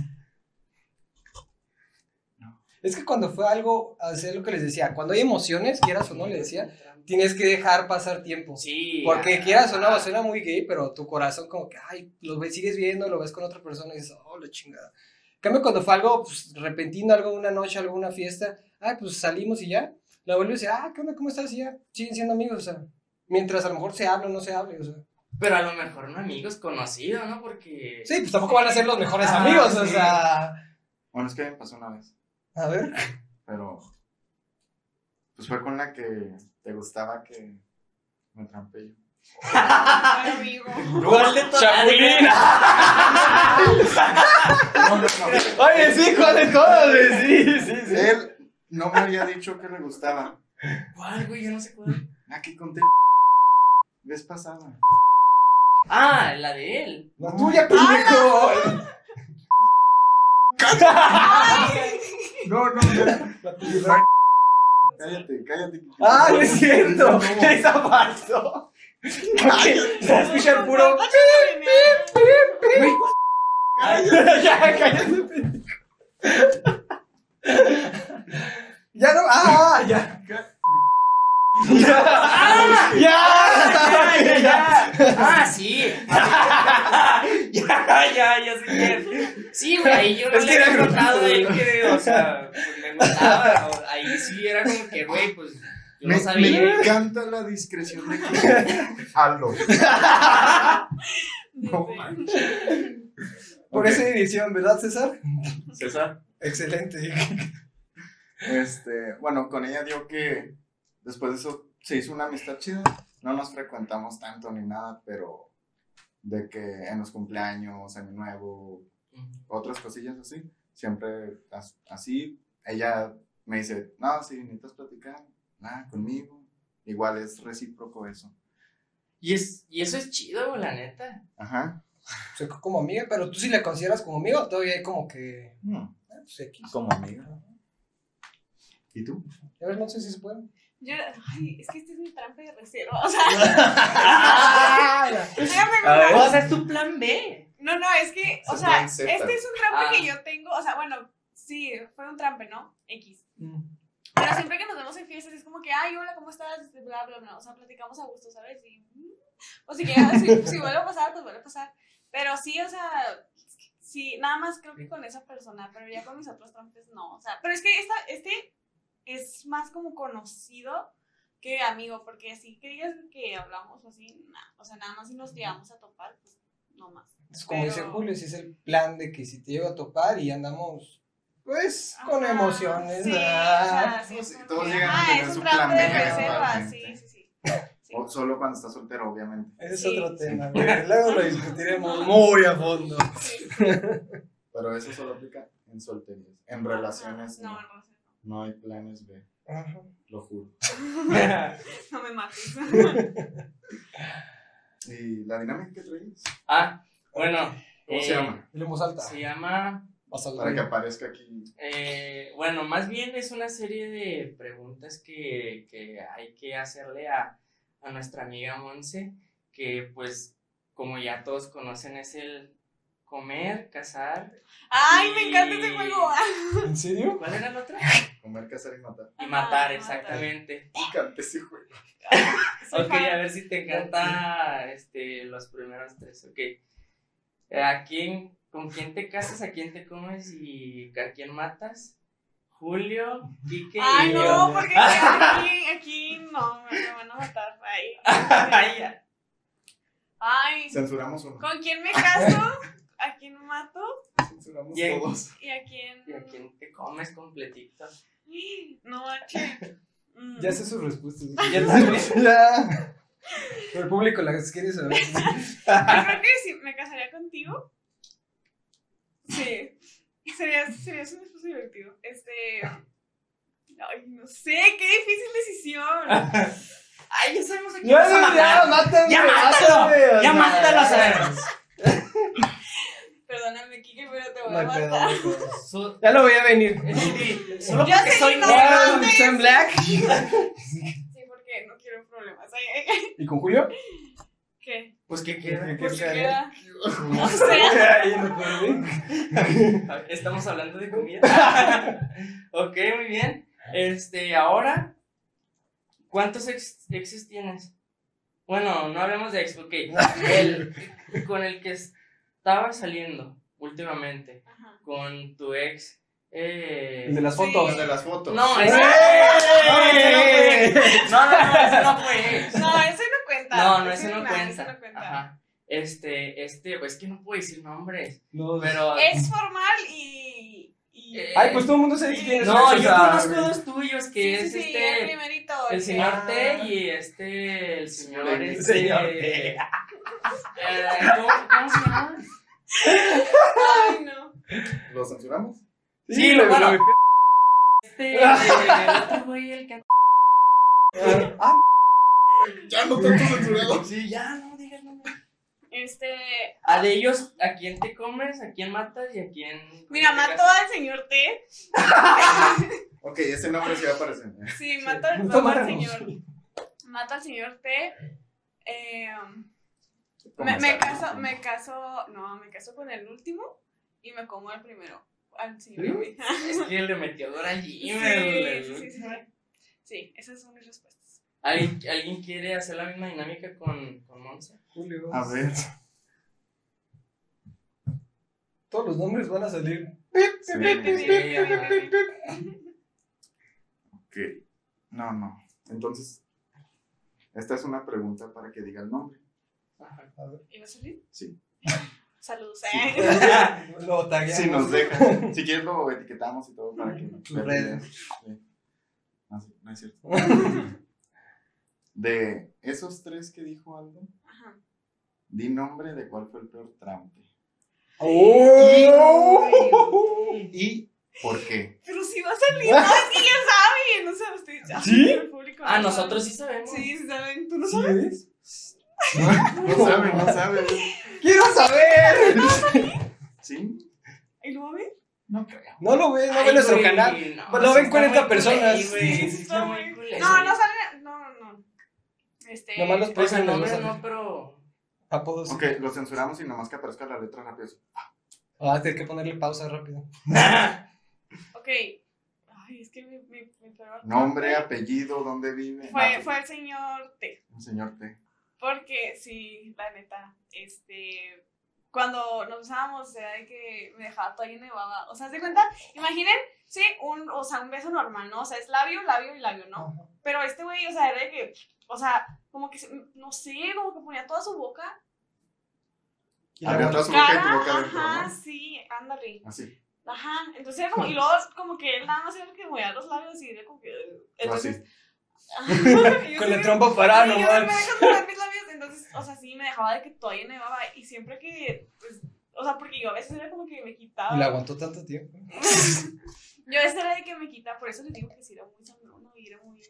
A: No.
C: Es que cuando fue algo, hacer lo que les decía, cuando hay emociones, quieras o no, les decía, tienes que dejar pasar tiempo.
D: Sí.
C: Porque
D: ah,
C: quieras o no,
D: ah,
C: suena muy gay, pero tu corazón como que, ay, lo ves, sigues viendo, lo ves con otra persona y dices, oh, la chingada. En cambio, cuando fue algo pues, repentino, algo una noche, alguna fiesta, ay, pues salimos y ya. La vuelves y dice, ah, ¿qué onda? ¿Cómo estás? Y ya, siguen siendo amigos, o sea, mientras a lo mejor se habla o no se hable, o sea.
D: Pero a lo mejor no amigos conocidos, ¿no? Porque...
C: Sí, pues tampoco van a ser los mejores
D: Ah,
C: amigos, o
D: sí.
C: sea.
A: Bueno, es que me pasó una vez.
C: A ver.
A: Pero. Pues fue con la que te gustaba que me trampé yo.
B: Ay, amigo.
D: ¿Cuál de todas?
A: No, no, no.
C: Oye, sí, Juan de todos, sí, sí,
A: Él no me había dicho que le gustaba.
D: ¿Cuál, güey? Yo no sé cuál.
A: Aquí conté. Vez pasada.
D: Ah, la de él.
C: La tuya, pendejo.
A: No, no, no.
C: La
A: Cállate, cállate.
C: Ah, no es cierto. Es falso. Porque se va a escuchar puro. ya, cállate, pendejo. Ya no. Ah, ya. Ya.
D: Ah, ya,
C: Ya.
D: ya. Ah, sí. ya, ya, ya sé quién. Sí, güey, ahí yo no
C: Es
D: le
C: que
D: había
C: era
D: contado de él
C: grupo.
D: que, o sea, pues me gustaba. o- Ahí sí era como que, güey, pues yo
A: Me,
D: no sabía.
A: me encanta la discreción de que Aló. No manches.
C: Por
A: Ok,
C: esa división, ¿verdad, César?
A: César.
C: Excelente.
A: Este, bueno, con ella dio que después de eso se hizo una amistad chida. No nos frecuentamos tanto ni nada, pero de que en los cumpleaños, año nuevo, otras cosillas así, siempre as- así. Ella me dice, no, si necesitas platicar, nada, conmigo. Igual es recíproco eso.
D: Y, es, y eso es chido, güey, la neta.
A: Ajá.
C: Soy como amiga, pero tú sí la consideras como amiga o todavía hay como que.
A: Mm,
C: ah, pues, X.
A: Como amiga. ¿Y tú?
C: A ver, no sé si se puede.
B: Yo, ay, es que este es mi trampa de reserva. O sea, hágame
C: A ver.
B: una.
D: sea, es tu plan B.
B: No, no, es que, o
A: Es
B: sea,
A: un Z.
B: este es un trampe
D: Ah.
B: que yo tengo. O sea, bueno, sí, fue un trampe, ¿no? X. Pero siempre que nos vemos en fiestas es como que, ay, hola, ¿cómo estás? Este, Bla, bla, bla. O sea, platicamos a gusto, ¿sabes? Y, mm, o si, quieres, si, si vuelve a pasar, pues vuelve a pasar. Pero sí, o sea, sí, nada más creo que con esa persona, pero ya con mis otros trampes no. O sea, pero es que esta, este es más como conocido que amigo, porque así que digas que hablamos o así, nada. O sea, nada más si nos llegamos a topar, pues no más.
C: Es como dice
B: Pero-
C: Julio, si es el plan de que si te llego a topar y andamos, pues, con
B: Ajá,
C: emociones.
B: Sí,
C: ah.
B: o sea, sí, es como
A: Pues, Todos
B: que,
A: llegan a
B: ajá,
A: tener
B: es
A: su
B: un
A: plan
B: plan de
A: B,
B: reserva,
A: realmente.
B: sí, sí, sí. Sí.
A: O solo cuando estás soltero, obviamente.
C: Ese es
B: sí.
C: otro tema, güey. Luego lo discutiremos muy a fondo.
A: Pero eso solo aplica en solterías. En relaciones
B: No,
A: no.
B: no, no, sé,
A: No hay planes B,
C: Ajá.
A: lo juro.
B: no me mates.
A: ¿Y la dinámica que traes?
D: ah, bueno.
A: ¿Cómo se
D: eh,
A: llama?
C: Dile en voz alta.
D: Se llama
C: Vas a
A: Para que
C: hablar.
A: aparezca aquí.
D: Eh, bueno, más bien es una serie de preguntas que, que hay que hacerle a, a nuestra amiga Monse, que pues como ya todos conocen es el comer, cazar.
B: Ay, me encanta ese juego.
C: ¿En serio?
D: ¿Cuál era la otra?
A: Comer, cazar y matar.
D: Y
B: Ajá,
D: matar,
B: matar.
D: exactamente.
A: Y canté ese juego.
B: Soy
D: Ok,
B: fan.
D: a ver si te encanta este, los primeros tres, ok. Eh, ¿A quién, con quién te casas, a quién te comes y a quién matas? Julio, Quique
B: Ay,
D: y yo.
B: no, porque aquí, aquí no, me, me van a matar. Ay.
D: Ay, ya.
B: Ay,
A: Censuramos uno.
B: ¿con quién me caso? ¿A quién mato?
A: Censuramos
D: Bien.
A: todos.
B: ¿Y a quién?
D: ¿Y a quién te comes completito?
B: No, manches. Mm.
C: Ya sé sus respuestas.
D: Ya también.
C: Ya. Pero el público las quiere saber.
B: Yo creo que si me casaría contigo. Sí. Serías, serías un esposo divertido. Este. Ay, no sé, qué difícil decisión.
D: Ay, ya sabemos a quién
C: Ya,
D: vas a
C: ya,
D: matar.
C: mátalo.
D: Ya mátalo, ya mátalo, sabemos.
B: Perdóname, Kike, pero te voy
C: No
B: a
C: hay
B: matar.
C: pedo, no hay pedo.
D: So-
C: Ya lo voy a venir.
D: sí, solo
B: Ya
D: porque
B: te
D: soy
B: ignoré.
D: negro.
C: Ah, Sam Black.
B: Sí, porque no quiero problemas. Ay, ay, ay.
C: ¿Y con Julio?
B: ¿Qué?
D: Pues que queda.
A: ¿Qué
B: Pues se
A: pedo?
B: queda.
C: No
B: sé.
C: Ahí no puedo.
D: Estamos hablando de comida. ok, muy bien. Este, ahora, ¿cuántos ex, exes tienes? Bueno, no hablemos de ex, ok. El, con el que estaba saliendo últimamente,
B: Ajá.
D: con tu ex. eh,
C: El de las
B: Sí.
C: fotos.
A: El de las fotos.
D: No,
B: eh.
D: ese no, ese
C: ¡Eh!
D: no fue ex. No, no, no, ese no fue ex.
B: No, ese no cuenta.
D: No, no, ese no
B: Ese
D: cuenta.
B: no cuenta.
D: Ajá. Este, este, pues es que no puedo decir nombres,
C: No,
D: pero...
B: Es formal y. y-
D: Eh,
C: Ay, pues todo el mundo sabe quién es.
D: No,
C: ese,
D: yo
C: o sea,
D: conozco dos tuyos, que
B: sí,
D: es
B: sí, sí, el
D: este,
B: primerito.
D: el,
B: que-
D: señor
C: Ah.
D: T y este, el señor,
A: Señor
D: este,
A: Señor
D: eh,
A: T.
D: ¿cómo, cómo se llama?
B: Ay, no.
A: ¿Lo censuramos?
D: Sí,
C: lo
D: bueno.
C: lo-
D: Este, el otro güey, el que...
C: Ah,
A: Ya no tanto censurado.
D: Sí, ya, no digas nombres.
B: Este.
D: A de ellos, ¿a quién te comes, a quién matas y a quién...
B: Mira,
D: te
B: mató
D: casas?
B: al señor T.
A: ok, ese nombre sí va a aparecer.
B: Sí, mató al,
C: no
B: mató al
C: mames.
B: señor. Mata al señor T. Eh, me, me caso, me caso. No, me caso con el último y me como al primero. Al
C: ¿Sí?
B: señor. T.
D: Es que le metió dura allí,
B: Sí, sí, sí, sí. Sí, esas son mis respuestas.
D: ¿Alguien, ¿Alguien quiere hacer la misma dinámica con, con Monse?
C: Julio.
A: A ver.
C: Todos los nombres van a salir.
D: Sí, ajá.
A: Ok. No, no. Entonces, esta es una pregunta para que diga el nombre.
D: Ajá.
B: ¿Iba a salir?
A: Sí.
B: Saludos.
A: Sí.
B: eh.
C: Lo tagueamos.
A: Si nos dejan. Si quieres lo etiquetamos y todo para que.
C: Tus redes.
A: Sí. No, sí, no es cierto. De esos tres que dijo Aldo,
B: Ajá.
A: di nombre de cuál fue el peor trampe.
C: ¡Oh!
A: ¿Y por qué?
B: Pero si va a salir, no, es que ya saben. No sé, ustedes ya
C: ¿Sí?
B: el público no
D: Ah,
B: sabe.
D: nosotros sí sabemos.
B: Sí, sí saben. ¿Tú no
C: ¿Sí
B: sabes?
C: ves?
A: No sabe, no sabe.
C: ¡Quiero saber!
A: ¿Sí?
B: ¿Y lo va a ver?
A: No creo.
C: No lo ven, no
D: Ay,
C: ven nuestro
D: güey,
C: canal.
D: no,
C: Pues lo
D: sí
C: ven
D: está
C: 40
D: muy
C: personas.
D: culé, güey, sí está
B: Está
D: muy
B: muy-
D: culé,
B: No,
D: sí.
B: no sale. No, no. Este.
C: Nomás los-
D: O sea, no,
C: Pues,
D: no, no, pero.
C: Apodos.
A: Ok, lo censuramos y nomás que aparezca la letra rápido.
C: Ah, a tener que ponerle pausa rápido.
B: Ok. Ay, es que mi, mi, mi peor
A: Nombre,
B: parte
A: apellido, dónde vive.
B: Fue,
A: Ah,
B: fue el señor T.
A: un Señor T.
B: Porque sí, la neta, este, cuando nos usábamos era de que me dejaba toda llena de baba. O sea, ¿se cuenta? Imaginen, sí, un, o sea, un beso normal, ¿no? O sea, es labio, labio y labio, ¿no?
C: Ajá.
B: Pero este güey, o sea, era de que, o sea, como que, se- no sé, como que ponía toda su boca.
C: Y la
A: Había
C: guarda.
A: toda su boca y tu
B: Cara,
A: boca dentro,
B: ajá,
A: ¿no?
B: sí, ándale.
A: Así.
B: Ajá, entonces era como,
C: Hmm.
B: y luego como que él nada más era el que movía los labios y era como que...
A: tú así.
B: Entonces, ajá, y yo
C: Ah, Con
B: sí
C: la
B: me-
C: trompa parada
B: Sí, yo
C: nomás.
B: me dejaba comer mis labios, entonces, o sea, sí, me dejaba de que todavía nevaba y siempre que, pues, o sea, porque yo a veces era como que me quitaba.
C: Y la aguantó tanto tiempo.
B: Yo a veces era de que me quitaba, por eso les digo que sí era muy sangrón y era muy...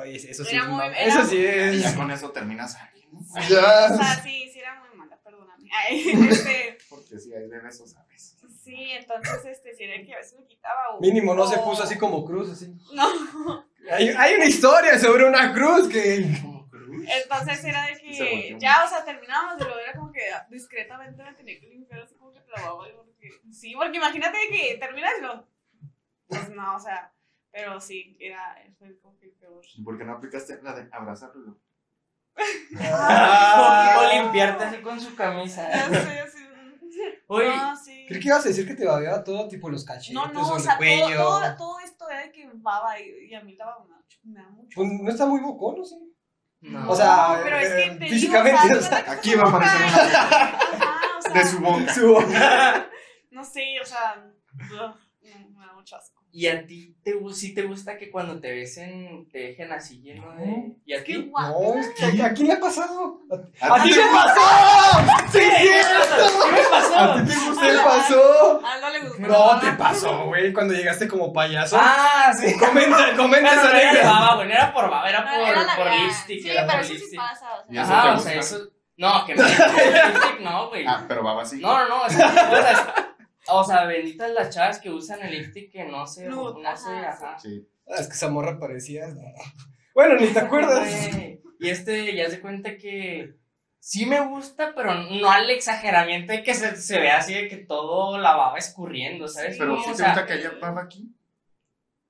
C: Ay, eso sí
B: Era
C: es
B: muy-
C: una-
B: era-
C: Eso sí
A: Y ya
C: es.
A: con eso terminas ahí, ¿no?
B: O
C: Ya.
B: sea, sí, sí era muy mala, perdóname. Ay, este,
A: Porque sí, hay de besos a veces.
B: sí, entonces, este, sí era que a veces me quitaba. o-
C: Mínimo no se
B: o-
C: puso así como cruz, así.
B: No,
C: Hay, hay una historia sobre una cruz que.
D: Como cruz.
B: entonces era de
A: Se
B: que
A: volvió.
B: ya, o sea, terminábamos, pero era como que discretamente me tenía que limpiar así como que clavaba algo, porque- Sí, porque imagínate que terminas y lo... Pues no, o sea, pero sí, era, fue como que el peor.
A: ¿Y por qué no aplicaste la de abrazarlo?
D: O, o
B: Ah.
D: limpiarte así con su camisa.
B: Ya sé, así, mm.
D: Oye,
B: no, sí.
C: Creo que ibas a decir que te babeaba todo tipo los cachetes
B: No, no,
C: o
B: o
C: el
B: sea, todo,
C: cuello.
B: todo, todo esto era de que baba y, y a mí la baba me da mucho- me da mucho.
C: Pues no está muy bocón, ¿no? Sí.
D: No.
C: O sea,
B: No, pero es que
C: eh,
B: te digo,
C: físicamente,
B: o sea,
C: o sea,
B: no
A: Aquí va a aparecer
B: te-
A: una
B: Ajá, o sea,
A: de su boca.
C: Su-
B: no sé, o sea, ugh, no, me da mucho asco.
D: ¿Y a ti te, gu- sí te gusta que cuando te besen te dejen así lleno de... ¿Y a
B: Qué
D: ti?
B: guapo.
C: No, es que ¿a quién le ha pasado?
A: ¿A ti
C: te pasó! ¡Sí, es cierto!
D: ¿Qué me pasó?
A: ¿A ti te gusta
C: ¿Qué
A: el
B: Hola.
C: pasó?
B: Ah, no le gustó.
C: No, te pasó, güey, cuando llegaste como payaso.
D: Ah, sí.
C: Comenta,
D: Pero
C: comenta
D: no
C: esa
D: era de
C: anécdota.
D: baba, güey, no era por baba, era
B: No, era la
D: por, por
B: gran.
D: lipstick.
B: Sí,
D: era
B: pero
D: por
B: eso sí
D: lipstick.
B: pasa. O
A: ¿Y
B: sea,
A: eso
D: Ajá,
A: te
D: o sea,
A: gusta?
D: eso... No, que me lipstick no, güey.
A: Ah, pero baba sí.
D: No, no, no, o sea, cosas- o sea, benditas las chavas que usan el lipstick que no se,
B: No,
D: no se,
B: ajá,
D: ajá.
A: Sí.
C: Ah, Es que esa morra parecía. Bueno, ni te acuerdas.
D: Güey, Y este, ya se cuenta que sí me gusta, pero no al exageramiento de que se, se vea así de que todo la baba escurriendo, ¿sabes?
A: Pero
D: cómo?
A: si
D: O
A: te
D: sea,
A: gusta que haya baba aquí.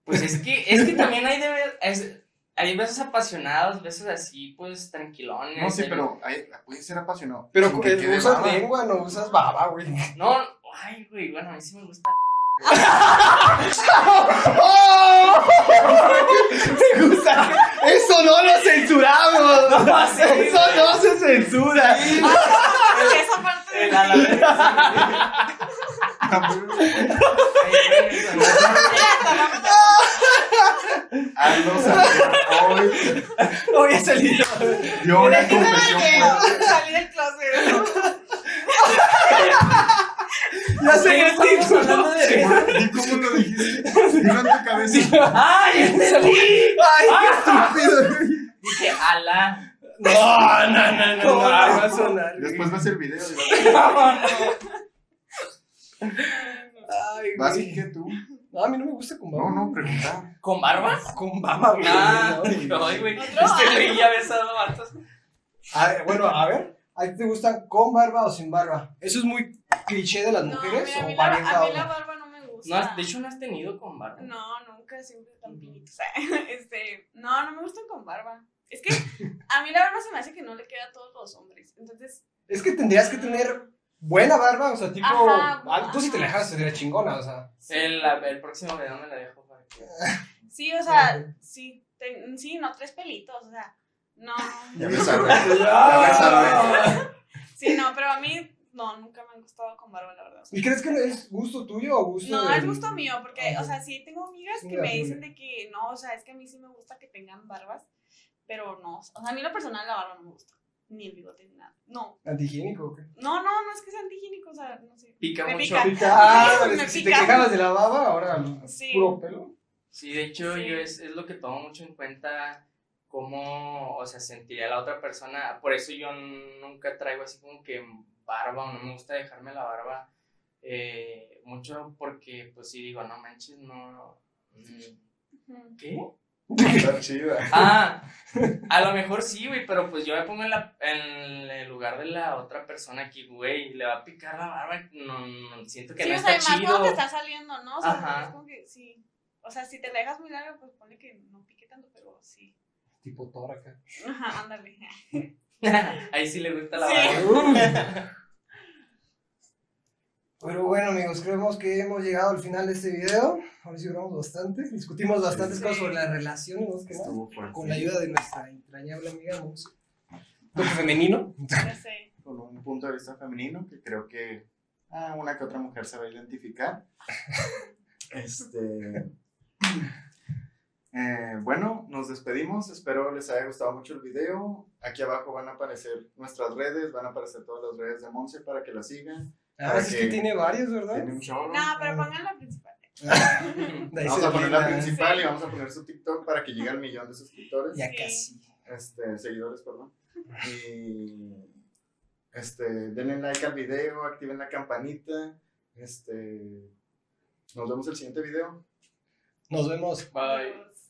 D: Pues es que, es que también hay de ver- es- hay besos apasionados, besos así, pues tranquilones.
A: No, sí,
D: hay-
A: pero hay- puede ser apasionado.
C: Pero
A: sin
C: cu-
A: que quede
C: usas
A: baba.
C: lengua, no usas baba, güey.
D: No, ay, güey, bueno, a mí sí me gusta.
C: ¡Oh! ¿Te gusta? Eso no lo censuramos.
D: No, sí,
C: Eso no se censura.
B: esa parte de
D: El a la vez.
A: Ah,
D: Ay, güey,
A: Aldo salió hoy.
C: No voy a salir.
A: Dio una
B: Déjame
A: confesión
B: que
A: fuerte.
B: Salí del closet.
C: Ya sé que
D: Estamos
C: es
D: hablando de-
A: ¿Y cómo lo dijiste? Dilo en tu cabeza.
D: ¡Ay, entendí!
C: Ay, qué
D: Dije, ala.
C: estúpido. No, no, no, no.
D: ¿Cómo
C: no,
D: no?
C: va a sonar.
A: Después ves el video. y
C: Ay,
A: Vas y
C: güey.
A: que tú.
C: No, a mí no me gusta con baba.
A: No, no, pregunta.
D: ¿Con barba?
C: Con baba, güey.
D: Ah,
C: No, güey.
D: ay, güey.
B: Otro.
D: Este güey ya besado a vatos.
C: A ver, bueno, a ver. ¿A ti te gustan con barba o sin barba? Eso es muy cliché de las
B: No,
C: mujeres
B: mira, a mí
C: o
B: la-
C: pareja.
B: a mí la
C: o-
B: barba no me gusta.
D: No, has- de hecho, no has tenido con barba.
B: No, nunca, siempre tan pinitos. este, no, no me gustan con barba. Es que a mí la barba se me hace que no le queda a todos los hombres. Entonces,
C: Es que tendrías que tener buena barba, o sea, tipo.
B: Ajá,
C: ah, tú si te la
B: ajá.
C: dejas sería chingona, o sea.
D: El, el próximo video me la dejo para que.
B: sí, o sea, sí, ten- sí, no, tres pelitos, o sea, no,
A: Ya me sabré.
B: sí, no, pero a mí, no, nunca me han gustado con barba, la verdad. o sea.
C: ¿Y crees que es gusto tuyo o gusto
B: No,
C: del-
B: es gusto mío, porque, o sea, sí tengo amigas que
C: Mira,
B: me
C: mira.
B: dicen de que no, o sea, es que a mí sí me gusta que tengan barbas, pero no, o sea, a mí lo personal la barba no me gusta, ni el bigote ni nada. No,
C: ¿Antihigiénico o qué?
B: no, no, no es que sea antihigiénico, o sea, no sé.
D: Pica
B: Me
D: mucho.
B: pica.
C: Ah,
B: me
C: es que si te
B: pica.
C: quejabas de la baba, ahora
B: Sí.
C: puro pelo.
D: Sí, de hecho,
B: Sí.
D: yo es, es lo que tomo mucho en cuenta cómo, o sea, sentiría la otra persona. Por eso yo nunca traigo así como que barba o no me gusta dejarme la barba eh, mucho porque, pues sí, digo, no manches, no. mm,
B: Ujú.
D: ¿Qué?
A: Está chida.
D: Ah, a lo mejor sí, güey, pero pues yo me pongo en, la- en el lugar de la otra persona que, güey, le va a picar la barba. No, no, siento que
B: sí,
D: no
B: o
D: está
B: sea, además cuando
D: chido.
B: te está saliendo, ¿no? O sea,
D: Ajá.
B: es como que sí. O sea, si te la dejas muy larga, pues ponle que no pique tanto, pero sí.
C: Tipo tóraca.
B: Ajá, ándale.
D: Ahí sí le gusta la
B: Sí.
D: barba.
C: Pero bueno, amigos, creemos que hemos llegado al final de este video. Ahora sí duramos bastante. Discutimos bastantes
B: Sí.
C: cosas sobre las relaciones, más que nada.
A: Estuvo fuerte.
C: Con la ayuda de nuestra entrañable amiga Monse. Toque femenino.
B: Ya sé.
A: Con un punto de vista femenino que creo que ah, una que otra mujer se va a identificar. Este. eh, bueno, nos despedimos. Espero les haya gustado mucho el video. Aquí abajo van a aparecer nuestras redes, van a aparecer todas las redes de Monse para que la sigan.
C: Ah, sí, es que tiene varios, ¿verdad? Ah.
A: Tiene un chorro.
B: No, pero pongan la principal.
C: De ahí
A: Vamos
C: se
A: a poner la
C: olvida.
A: principal y vamos a poner su TikTok para que llegue al millón de suscriptores.
C: Ya
B: Sí.
C: casi.
A: este, seguidores, perdón. Y este, denle like al video, activen la campanita. Este, nos vemos el siguiente video.
C: Nos vemos.
D: Bye.
B: Adiós.